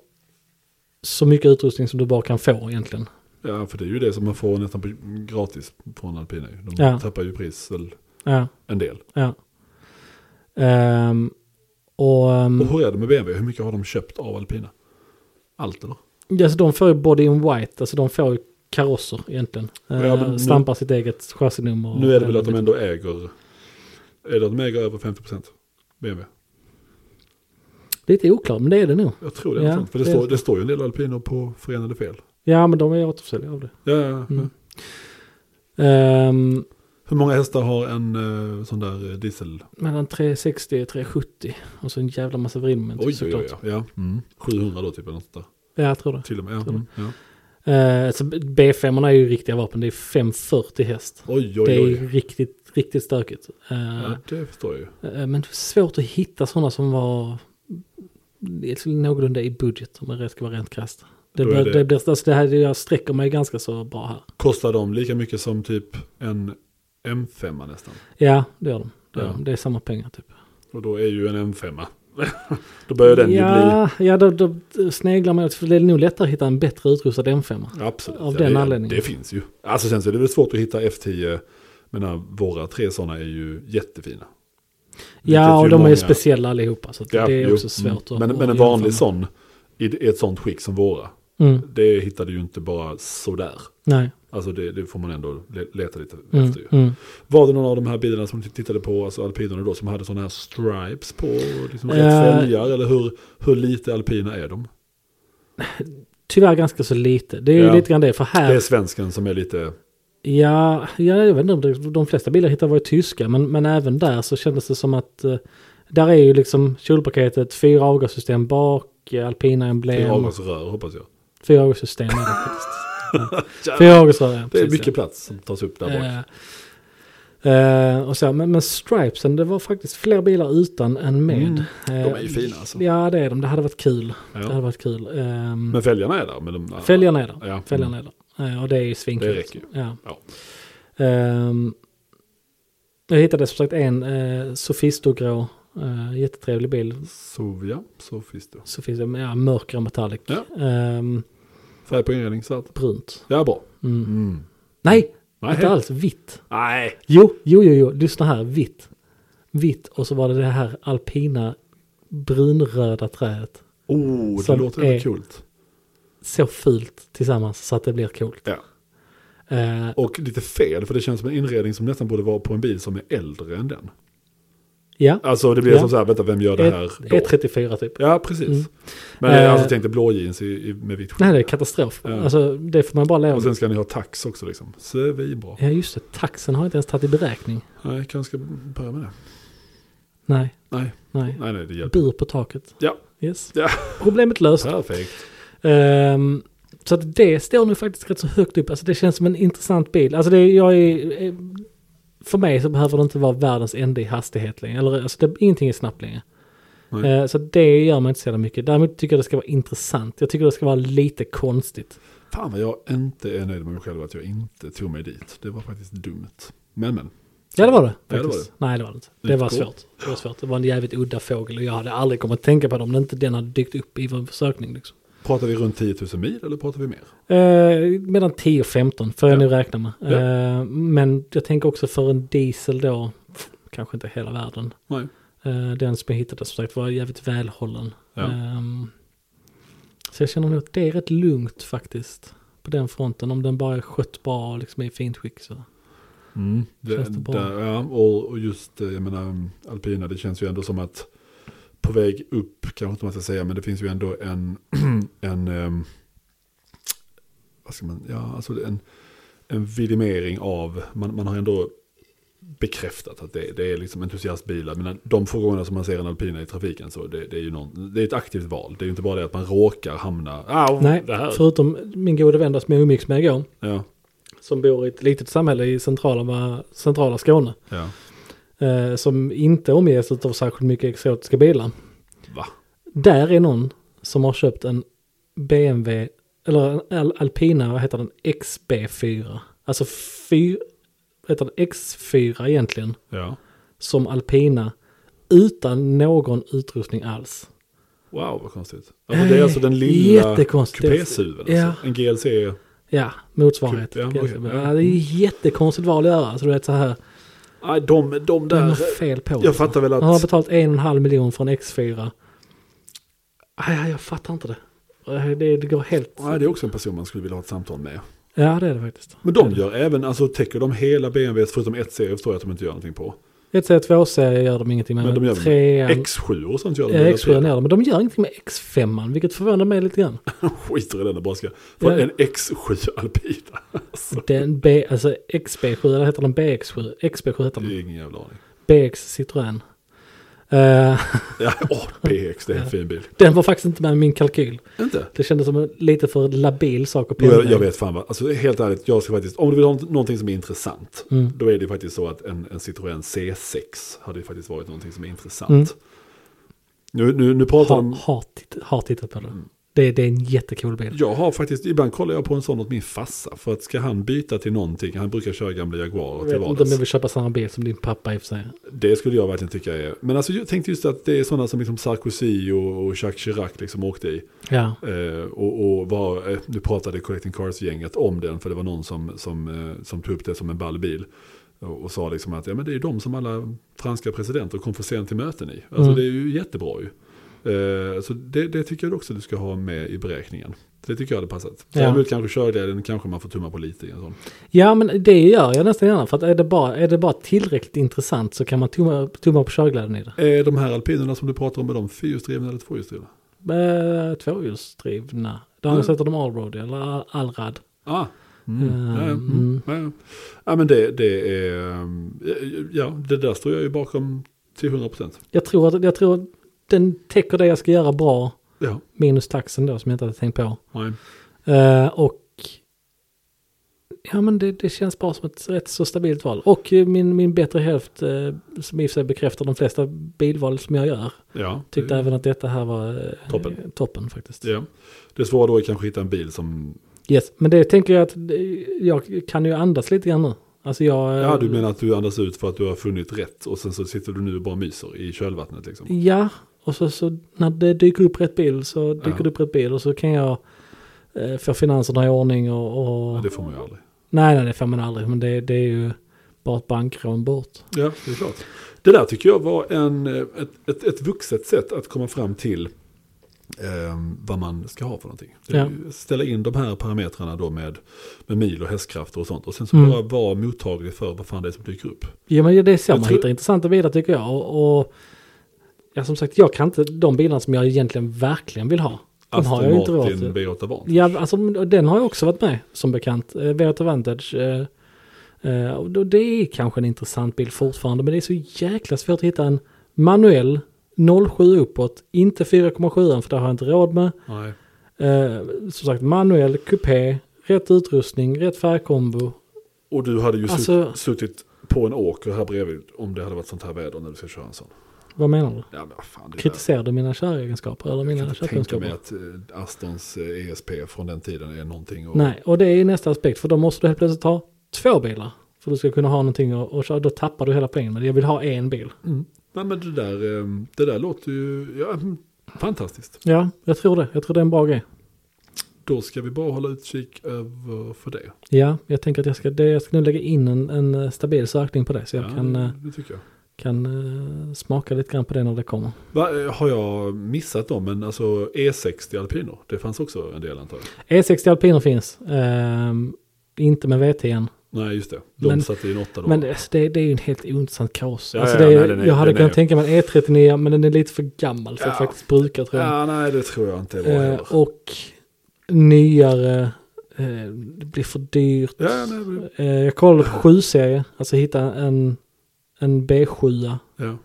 [SPEAKER 1] så mycket utrustning som du bara kan få egentligen.
[SPEAKER 2] Ja, för det är ju det som man får nästan på, gratis på en alpina. ju. De
[SPEAKER 1] Ja.
[SPEAKER 2] tappar ju pris väl
[SPEAKER 1] Ja,
[SPEAKER 2] en del.
[SPEAKER 1] ja. Ehm, och um,
[SPEAKER 2] Och hur är det med BMW? Hur mycket har de köpt av alpina? Allt eller?
[SPEAKER 1] alltså de får ju body in white, alltså de får ju karosser egentligen. Uh,
[SPEAKER 2] Ja, men nu-
[SPEAKER 1] stampar sitt eget chassinummer.
[SPEAKER 2] nu är det väl att de ändå äger, är det att de äger över 50% BMW?
[SPEAKER 1] Lite oklart, men det är det nog.
[SPEAKER 2] Jag tror det.
[SPEAKER 1] Ja,
[SPEAKER 2] Ja, för det,
[SPEAKER 1] det är
[SPEAKER 2] står,
[SPEAKER 1] så.
[SPEAKER 2] det står ju en del alpiner på Förenade Fel.
[SPEAKER 1] Ja, men de är återförsäljare av det.
[SPEAKER 2] Ja, ja, ja.
[SPEAKER 1] Mm. Ehm,
[SPEAKER 2] Hur många hästar har en eh, sån där eh, diesel?
[SPEAKER 1] mellan 360 och 370. Och så en jävla massa vridmoment
[SPEAKER 2] Oj, oj,
[SPEAKER 1] såklart.
[SPEAKER 2] oj. Ja. Ja. Mm. 700 då typ eller något där.
[SPEAKER 1] Ja, jag tror det.
[SPEAKER 2] Till och med. Ja.
[SPEAKER 1] Tror
[SPEAKER 2] Mm. Ja.
[SPEAKER 1] Eh, så b 5 är ju riktiga vapen. Det är 540 häst.
[SPEAKER 2] Oj,
[SPEAKER 1] det
[SPEAKER 2] oj,
[SPEAKER 1] är ju
[SPEAKER 2] oj.
[SPEAKER 1] riktigt, riktigt stökigt. Eh,
[SPEAKER 2] Ja, det förstår jag ju.
[SPEAKER 1] eh, Men det är svårt att hitta sådana som var det är så någorlunda i budget om jag ska vara rent krasst. Det,
[SPEAKER 2] Då är
[SPEAKER 1] blir-
[SPEAKER 2] det-
[SPEAKER 1] det. blir, alltså det här, jag sträcker mig ganska så bra här.
[SPEAKER 2] Kostar de lika mycket som typ en M5 nästan?
[SPEAKER 1] Ja, det gör de. Det, gör
[SPEAKER 2] Ja.
[SPEAKER 1] de. det är samma pengar typ.
[SPEAKER 2] Och då är ju en M5. då börjar den ju bli...
[SPEAKER 1] ja, ja då, då sneglar man åt, för det är nog lättare att hitta en bättre utrustad M5.
[SPEAKER 2] Absolut.
[SPEAKER 1] Av
[SPEAKER 2] ja,
[SPEAKER 1] den
[SPEAKER 2] det,
[SPEAKER 1] anledningen.
[SPEAKER 2] Det finns ju. Alltså sen så är det väl svårt att hitta F10. Men våra tre sådana är ju jättefina. Vilket
[SPEAKER 1] Ja, och
[SPEAKER 2] ju
[SPEAKER 1] de är
[SPEAKER 2] många-
[SPEAKER 1] ju speciella allihopa, så att
[SPEAKER 2] Ja,
[SPEAKER 1] det är
[SPEAKER 2] jo.
[SPEAKER 1] också svårt
[SPEAKER 2] Mm.
[SPEAKER 1] att
[SPEAKER 2] Men, men en
[SPEAKER 1] att
[SPEAKER 2] vanlig
[SPEAKER 1] jämföra.
[SPEAKER 2] sån i i ett sånt skick som våra,
[SPEAKER 1] Mm,
[SPEAKER 2] det hittar du ju inte bara sådär.
[SPEAKER 1] nej.
[SPEAKER 2] Alltså det, det får man ändå le- leta lite
[SPEAKER 1] Mm,
[SPEAKER 2] efter ju.
[SPEAKER 1] mm.
[SPEAKER 2] Var det någon av de här bilarna som du tittade på, alltså alpinerna då, som hade sådana här stripes på, liksom rätt
[SPEAKER 1] Eh.
[SPEAKER 2] fälgar, eller hur, hur lite alpina är de?
[SPEAKER 1] Tyvärr ganska så lite. Det är ju
[SPEAKER 2] Ja.
[SPEAKER 1] lite grann det, för här...
[SPEAKER 2] Det är svensken som är lite,
[SPEAKER 1] Ja, ja, jag vet inte, om det- de flesta bilar jag hittade var ju tyska, men, men även där så kändes det som att eh, där är ju liksom kjolpaketet, fyra avgassystem bak, eh, alpina
[SPEAKER 2] det är
[SPEAKER 1] emblem,
[SPEAKER 2] avgasrör hoppas jag.
[SPEAKER 1] fyra avgassystem. är det faktiskt. Ja. Fyra avgasrör, ja,
[SPEAKER 2] Det är
[SPEAKER 1] precis, ja.
[SPEAKER 2] mycket plats som tas upp där bak.
[SPEAKER 1] Eh, eh, och så, men, men stripesen, det var faktiskt fler bilar utan än med.
[SPEAKER 2] Mm,
[SPEAKER 1] Eh,
[SPEAKER 2] de är ju fina alltså.
[SPEAKER 1] Ja, det är de. Det hade varit kul. Det hade
[SPEAKER 2] Ja.
[SPEAKER 1] varit kul. Ehm,
[SPEAKER 2] Men fälgarna är där. Men de,
[SPEAKER 1] fälgarna är där.
[SPEAKER 2] Ja. Mm.
[SPEAKER 1] Fälgarna är där. Eh, och det är ju svinkul.
[SPEAKER 2] Det räcker ju.
[SPEAKER 1] Ja.
[SPEAKER 2] Ja.
[SPEAKER 1] Ehm, jag hittade som sagt en uh, Sofistogrå. Uh, jättetrevlig bil.
[SPEAKER 2] Sovja, så finns det.
[SPEAKER 1] Sofis, ja, mörkare metallic.
[SPEAKER 2] Ja.
[SPEAKER 1] Ehm,
[SPEAKER 2] Färg på inredning, svart.
[SPEAKER 1] brunt.
[SPEAKER 2] Ja, bra.
[SPEAKER 1] Mm.
[SPEAKER 2] Mm.
[SPEAKER 1] Nej,
[SPEAKER 2] Nej.
[SPEAKER 1] inte alls. Vitt.
[SPEAKER 2] Nej.
[SPEAKER 1] Jo, jo, jo, jo, lyssna här, vitt. Vitt och så var det det här alpina brunröda träet.
[SPEAKER 2] Oh, det
[SPEAKER 1] Som
[SPEAKER 2] låter ändå
[SPEAKER 1] är-
[SPEAKER 2] coolt.
[SPEAKER 1] Så fult tillsammans så att det blir coolt.
[SPEAKER 2] Ja.
[SPEAKER 1] Eh,
[SPEAKER 2] Och lite fel, för det känns som en inredning som nästan borde vara på en bil som är äldre än den.
[SPEAKER 1] ja,
[SPEAKER 2] Alltså det blir
[SPEAKER 1] Ja.
[SPEAKER 2] som så här, vänta, vem gör det här
[SPEAKER 1] Ett-
[SPEAKER 2] då?
[SPEAKER 1] 1,34 typ.
[SPEAKER 2] Ja, precis.
[SPEAKER 1] Mm.
[SPEAKER 2] Men jag
[SPEAKER 1] Eh.
[SPEAKER 2] alltså tänkte blå jeans i, i, med vitt
[SPEAKER 1] Nej,
[SPEAKER 2] skinn.
[SPEAKER 1] det är katastrof.
[SPEAKER 2] Ja.
[SPEAKER 1] Alltså, det får man bara leva
[SPEAKER 2] Och
[SPEAKER 1] med.
[SPEAKER 2] sen ska ni ha tax också liksom. Svinbra.
[SPEAKER 1] Ja, just det. Taxen har jag inte ens tagit i beräkning.
[SPEAKER 2] Nej, jag kanske ska börja med det.
[SPEAKER 1] Nej,
[SPEAKER 2] Nej,
[SPEAKER 1] nej.
[SPEAKER 2] nej, nej det hjälper.
[SPEAKER 1] Bur på taket.
[SPEAKER 2] Ja.
[SPEAKER 1] Yes.
[SPEAKER 2] Ja.
[SPEAKER 1] Problemet löst.
[SPEAKER 2] Perfekt.
[SPEAKER 1] Ehm, så att det står nu faktiskt rätt så högt upp. Alltså det känns som en intressant bil. Alltså det, jag är, eh, för mig så behöver det inte vara världens ände i hastighet längre. Eller, alltså det, ingenting är snabbt längre.
[SPEAKER 2] Nej.
[SPEAKER 1] Eh, så att det gör mig inte så jävla mycket. Däremot tycker jag det ska vara intressant. Jag tycker det ska vara lite konstigt.
[SPEAKER 2] Fan vad jag inte är nöjd med mig själv att jag inte tog mig dit. Det var faktiskt dumt. Men men.
[SPEAKER 1] Ja det var det.
[SPEAKER 2] Ja, det var
[SPEAKER 1] faktiskt. Nej det var det inte. Det var
[SPEAKER 2] Utgå.
[SPEAKER 1] svårt. Det var svårt. Det var en jävligt udda fågel och jag hade aldrig kommit att tänka på den om den inte den hade dykt upp i vår sökning. Liksom.
[SPEAKER 2] Pratar vi runt 10 000 mil eller pratar vi mer?
[SPEAKER 1] Eh, mellan 10 och 15 får jag
[SPEAKER 2] Ja.
[SPEAKER 1] nu räkna med.
[SPEAKER 2] Ja.
[SPEAKER 1] Eh, men jag tänker också för en diesel då, pff, kanske inte hela världen.
[SPEAKER 2] Nej.
[SPEAKER 1] Eh, den som jag hittade som sagt var jävligt välhållen.
[SPEAKER 2] Ja.
[SPEAKER 1] Ehm, så jag känner nog att det är rätt lugnt faktiskt på den fronten. Om den bara är skött bra och liksom är i fint skick så.
[SPEAKER 2] Mm, det,
[SPEAKER 1] Känns det bra?
[SPEAKER 2] där, ja, och, och just eh, jag menar, um, alpina, det känns ju ändå som att på väg upp, kanske inte man ska säga, men det finns ju ändå en, en ehm, vad ska man, ja, alltså en, en vidimering av, man, man har ändå bekräftat att det, det är liksom entusiastbilar. Men de få gångerna som man ser en alpina i trafiken så det, det är ju någon, det är ett aktivt val. Det är ju inte bara det att man råkar hamna, ah,
[SPEAKER 1] Nej,
[SPEAKER 2] det här.
[SPEAKER 1] förutom min gode vän där som jag umgicks med igår.
[SPEAKER 2] Ja, som
[SPEAKER 1] Som bor i ett litet samhälle i centrala, centrala Skåne.
[SPEAKER 2] ja.
[SPEAKER 1] Eh, som inte omges av särskilt mycket exotiska bilar.
[SPEAKER 2] Va?
[SPEAKER 1] Där är någon som har köpt en BMW, eller en Al- Alpina, vad heter den, XB4. Alltså fyr, vad heter den, X4 egentligen,
[SPEAKER 2] Ja.
[SPEAKER 1] som Alpina utan någon utrustning alls.
[SPEAKER 2] Wow, vad konstigt. Ja, men det är alltså den lilla
[SPEAKER 1] Jättekonstigt.
[SPEAKER 2] kupésuven. Alltså.
[SPEAKER 1] Ja.
[SPEAKER 2] En GLC.
[SPEAKER 1] Ja, motsvarighet.
[SPEAKER 2] Typ, ja,
[SPEAKER 1] kan jag
[SPEAKER 2] okej,
[SPEAKER 1] säga.
[SPEAKER 2] ja.
[SPEAKER 1] ja, det är ett jättekonstigt val att göra. Alltså du vet så här,
[SPEAKER 2] Nej, de, de
[SPEAKER 1] det är
[SPEAKER 2] där.
[SPEAKER 1] något fel på.
[SPEAKER 2] Jag fattar väl
[SPEAKER 1] Han har
[SPEAKER 2] att...
[SPEAKER 1] betalat en och en halv miljon för en X4. Aj, aj, jag fattar inte det. Eh, Det, det går helt...
[SPEAKER 2] Nej, det är också en person man skulle vilja ha ett samtal med.
[SPEAKER 1] Ja, det är det faktiskt.
[SPEAKER 2] Men de gör även, alltså täcker de hela BMWs, förutom ett serie förstår jag att de inte gör någonting på.
[SPEAKER 1] 1C2C gör de ingenting med.
[SPEAKER 2] Men de gör
[SPEAKER 1] trean,
[SPEAKER 2] X7 och sånt gör de.
[SPEAKER 1] ja,
[SPEAKER 2] hela
[SPEAKER 1] X7
[SPEAKER 2] tiden.
[SPEAKER 1] gör det, men de gör ingenting med X5, vilket förvånar mig lite grann.
[SPEAKER 2] Skiter i den och bara ska
[SPEAKER 1] Ja.
[SPEAKER 2] få en X7 alpina. Alltså,
[SPEAKER 1] Den B, alltså XB7, eller heter den BX7? XB7 heter
[SPEAKER 2] det
[SPEAKER 1] den.
[SPEAKER 2] är ingen jävla aning.
[SPEAKER 1] BX Citroën. Eh,
[SPEAKER 2] Ja, åh, BX, det är en fin bil.
[SPEAKER 1] den var faktiskt inte med i min kalkyl.
[SPEAKER 2] Inte?
[SPEAKER 1] Det kändes som en lite för labil sak att
[SPEAKER 2] Jo, Jag,
[SPEAKER 1] pendla i.
[SPEAKER 2] jag vet fan vad, alltså helt ärligt, jag ska faktiskt, om du vill ha någonting som är intressant,
[SPEAKER 1] Mm.
[SPEAKER 2] då är det faktiskt så att en, en Citroën C6 hade ju faktiskt varit någonting som är intressant.
[SPEAKER 1] Mm.
[SPEAKER 2] Nu, nu, nu pratar
[SPEAKER 1] Har,
[SPEAKER 2] de,
[SPEAKER 1] har, titt, har tittat på den. Det, det är en jättecool bil.
[SPEAKER 2] jag har faktiskt, ibland kollar jag på en sån åt min farsa, för att ska han byta till någonting, han brukar köra gamla Jaguarer
[SPEAKER 1] Jag
[SPEAKER 2] till
[SPEAKER 1] vet inte om jag
[SPEAKER 2] vardags.
[SPEAKER 1] vill köpa samma bil som din pappa i och för sig.
[SPEAKER 2] Det skulle jag verkligen tycka är, men alltså jag tänkte just att det är sådana som liksom Sarkozy och, och Jacques Chirac liksom åkte i.
[SPEAKER 1] Ja.
[SPEAKER 2] Eh, och, och var, eh, nu pratade Collecting Cars-gänget om den, för det var någon som, som, eh, som tog upp det som en ball bil. Och, och sa liksom att ja, men det är ju de som alla franska presidenter kom för sent till möten i. Alltså
[SPEAKER 1] Mm.
[SPEAKER 2] det är ju jättebra ju. Eh, så det, det tycker jag också du ska ha med i beräkningen. Det tycker jag hade passat.
[SPEAKER 1] Ja.
[SPEAKER 2] Däremot kanske körglädjen kanske man får tumma på lite i en sån.
[SPEAKER 1] ja, men det gör jag nästan gärna. För att är det bara, är det bara tillräckligt intressant så kan man tumma, tumma på körglädjen i det.
[SPEAKER 2] Eh, de här alpinerna som du pratar om, är de fyrhjulsdrivna eller tvåhjulsdrivna?
[SPEAKER 1] Eh, tvåhjulsdrivna. Det har
[SPEAKER 2] Mm.
[SPEAKER 1] jag sett de Allroad eller Allrad.
[SPEAKER 2] Ah. Mm. Ja, ja, mm.
[SPEAKER 1] Mm.
[SPEAKER 2] Ja, ja. ja, men det, det är... eh, Ja, det där står jag ju bakom till 100%.
[SPEAKER 1] Jag tror att, jag tror att den täcker det jag ska göra bra.
[SPEAKER 2] Ja,
[SPEAKER 1] Minus taxen då som jag inte hade tänkt på.
[SPEAKER 2] nej.
[SPEAKER 1] Eh, och ja men det, det känns bara som ett rätt så stabilt val. Och eh, min, min bättre hälft eh, som i och för sig bekräftar de flesta bilval som jag gör.
[SPEAKER 2] Ja,
[SPEAKER 1] Tyckte
[SPEAKER 2] det,
[SPEAKER 1] även att detta här var eh,
[SPEAKER 2] Mm. Toppen.
[SPEAKER 1] toppen faktiskt.
[SPEAKER 2] ja. det svåra då är kanske att hitta en bil som...
[SPEAKER 1] Yes. Men det tänker jag att eh, jag kan ju andas lite grann nu. Alltså jag... eh,
[SPEAKER 2] Ja, du menar att du andas ut för att du har funnit rätt och sen så sitter du nu och bara myser i kölvattnet liksom.
[SPEAKER 1] Ja, och så, så när det dyker upp rätt bil så dyker
[SPEAKER 2] Ja.
[SPEAKER 1] det upp rätt bil och så kan jag eh, få finanserna i ordning och... och...
[SPEAKER 2] Ja, det får man ju aldrig.
[SPEAKER 1] Nej, nej, det får man aldrig. Men det, det är ju bara ett bankrån bort.
[SPEAKER 2] Ja, det är klart. Det där tycker jag var en, eh, ett, ett, ett vuxet sätt att komma fram till eh, vad man ska ha för någonting. Det är ju Ställa in de här parametrarna då med, med mil och hästkrafter och sånt. Och sen så
[SPEAKER 1] Mm.
[SPEAKER 2] bara vara mottaglig för vad fan det är som dyker upp.
[SPEAKER 1] Ja men det är så
[SPEAKER 2] Jag
[SPEAKER 1] man
[SPEAKER 2] tror-
[SPEAKER 1] hittar intressanta bilar tycker jag. Och, och ja, som sagt, jag kan inte de bilarna som jag egentligen verkligen vill ha. De har jag ju inte råd till.
[SPEAKER 2] V8 Vantage.
[SPEAKER 1] Ja, alltså, och den har jag också varit med som bekant. Eh, V8 Vantage. Eh, eh, och då- det är kanske en intressant bil fortfarande, men det är så jäkla svårt att hitta en manuell 07 uppåt, inte 4,7 för det har jag inte råd med.
[SPEAKER 2] Nej.
[SPEAKER 1] Eh, som sagt, manuell, kupé, rätt utrustning, rätt färgkombo.
[SPEAKER 2] Och du hade ju sutt-
[SPEAKER 1] Alltså-
[SPEAKER 2] suttit på en åker här bredvid om det hade varit sånt här väder när du ska köra en sån.
[SPEAKER 1] Vad menar du?
[SPEAKER 2] Ja, men vad fan, det där-
[SPEAKER 1] Kritiserar du mina köregenskaper eller mina
[SPEAKER 2] Jag kan inte tänka
[SPEAKER 1] köpegenskaper?
[SPEAKER 2] mig att eh, Astons eh, ESP från den tiden är någonting. Och,
[SPEAKER 1] Nej, och det är nästa aspekt. För då måste du helt plötsligt ha två bilar. För du ska kunna ha någonting och, och köra. Då tappar du hela poängen. Men jag vill ha en bil.
[SPEAKER 2] Mm. Nej, men det där, eh, det där låter ju ja, mm, fantastiskt.
[SPEAKER 1] Ja, jag tror det. Jag tror det är en bra grej.
[SPEAKER 2] Då ska vi bara hålla utkik över för det.
[SPEAKER 1] Ja, jag tänker att jag ska, det, jag ska nu lägga in en, en eh, stabil sökning på det. Så jag
[SPEAKER 2] Ja,
[SPEAKER 1] kan, eh,
[SPEAKER 2] det, det tycker jag.
[SPEAKER 1] kan eh, smaka lite grann på det när det kommer.
[SPEAKER 2] Va, eh, har jag missat dem? Men alltså E60 alpiner, det fanns också en del antar jag.
[SPEAKER 1] E60 E alpiner finns. Ehm, inte med VT
[SPEAKER 2] Nej, just det. De
[SPEAKER 1] Men-
[SPEAKER 2] satte in åtta då.
[SPEAKER 1] Men det, alltså, det, det är ju en helt ointressant kaos.
[SPEAKER 2] Ja,
[SPEAKER 1] alltså,
[SPEAKER 2] ja,
[SPEAKER 1] det, är-
[SPEAKER 2] nej, den är-
[SPEAKER 1] jag hade
[SPEAKER 2] den
[SPEAKER 1] kunnat
[SPEAKER 2] är-
[SPEAKER 1] tänka mig en E39 men den är lite för gammal för att
[SPEAKER 2] Ja.
[SPEAKER 1] faktiskt bruka tror jag.
[SPEAKER 2] ja, nej, det tror jag inte är bra
[SPEAKER 1] Eh,
[SPEAKER 2] heller.
[SPEAKER 1] och nyare, eh, det blir för dyrt.
[SPEAKER 2] Ja, nej, men-
[SPEAKER 1] Eh, jag kollade på 7-serie, alltså hitta en, en B7. Eh,
[SPEAKER 2] ja.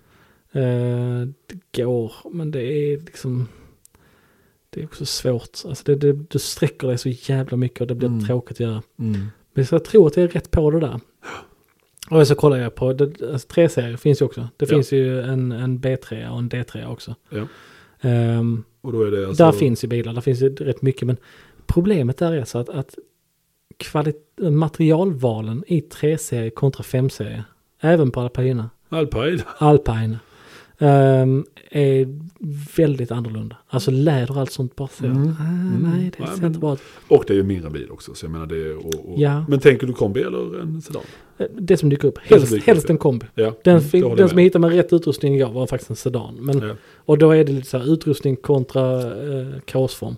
[SPEAKER 1] det går, men det är liksom, det är också svårt. Alltså det, det, du sträcker dig så jävla mycket och det blir
[SPEAKER 2] Mm.
[SPEAKER 1] tråkigt att göra.
[SPEAKER 2] Mm.
[SPEAKER 1] Men så jag tror att jag är rätt på det där. Och så kollar jag på, det- alltså 3-serier finns ju också. Det
[SPEAKER 2] Ja.
[SPEAKER 1] finns ju en, en B3 och en D3 också.
[SPEAKER 2] Ja.
[SPEAKER 1] Ehm,
[SPEAKER 2] Och då är det alltså...
[SPEAKER 1] där finns ju bilar, där finns ju rätt mycket. Men problemet där är så att, att kvali- materialvalen i 3-serie kontra 5-serie, även på Alpina,
[SPEAKER 2] Alpine.
[SPEAKER 1] Alpine ehm, är väldigt annorlunda. Alltså läder och allt sånt bara så.
[SPEAKER 2] Mm.
[SPEAKER 1] Ah, nej, det
[SPEAKER 2] Nej,
[SPEAKER 1] ser
[SPEAKER 2] men-
[SPEAKER 1] inte bra ut.
[SPEAKER 2] Och det är ju en mindre bil också, så jag menar det är... Och, och...
[SPEAKER 1] Ja.
[SPEAKER 2] Men tänker du kombi eller en sedan?
[SPEAKER 1] Eh, Det som dyker upp,
[SPEAKER 2] som
[SPEAKER 1] helst,
[SPEAKER 2] dyker upp,
[SPEAKER 1] helst
[SPEAKER 2] ja.
[SPEAKER 1] en kombi.
[SPEAKER 2] Ja,
[SPEAKER 1] Den,
[SPEAKER 2] det håller
[SPEAKER 1] fin-
[SPEAKER 2] jag
[SPEAKER 1] den som
[SPEAKER 2] med.
[SPEAKER 1] jag hittade med rätt utrustning jag var faktiskt en sedan. Men,
[SPEAKER 2] Ja,
[SPEAKER 1] Och då är det lite så här utrustning kontra eh, kaosform.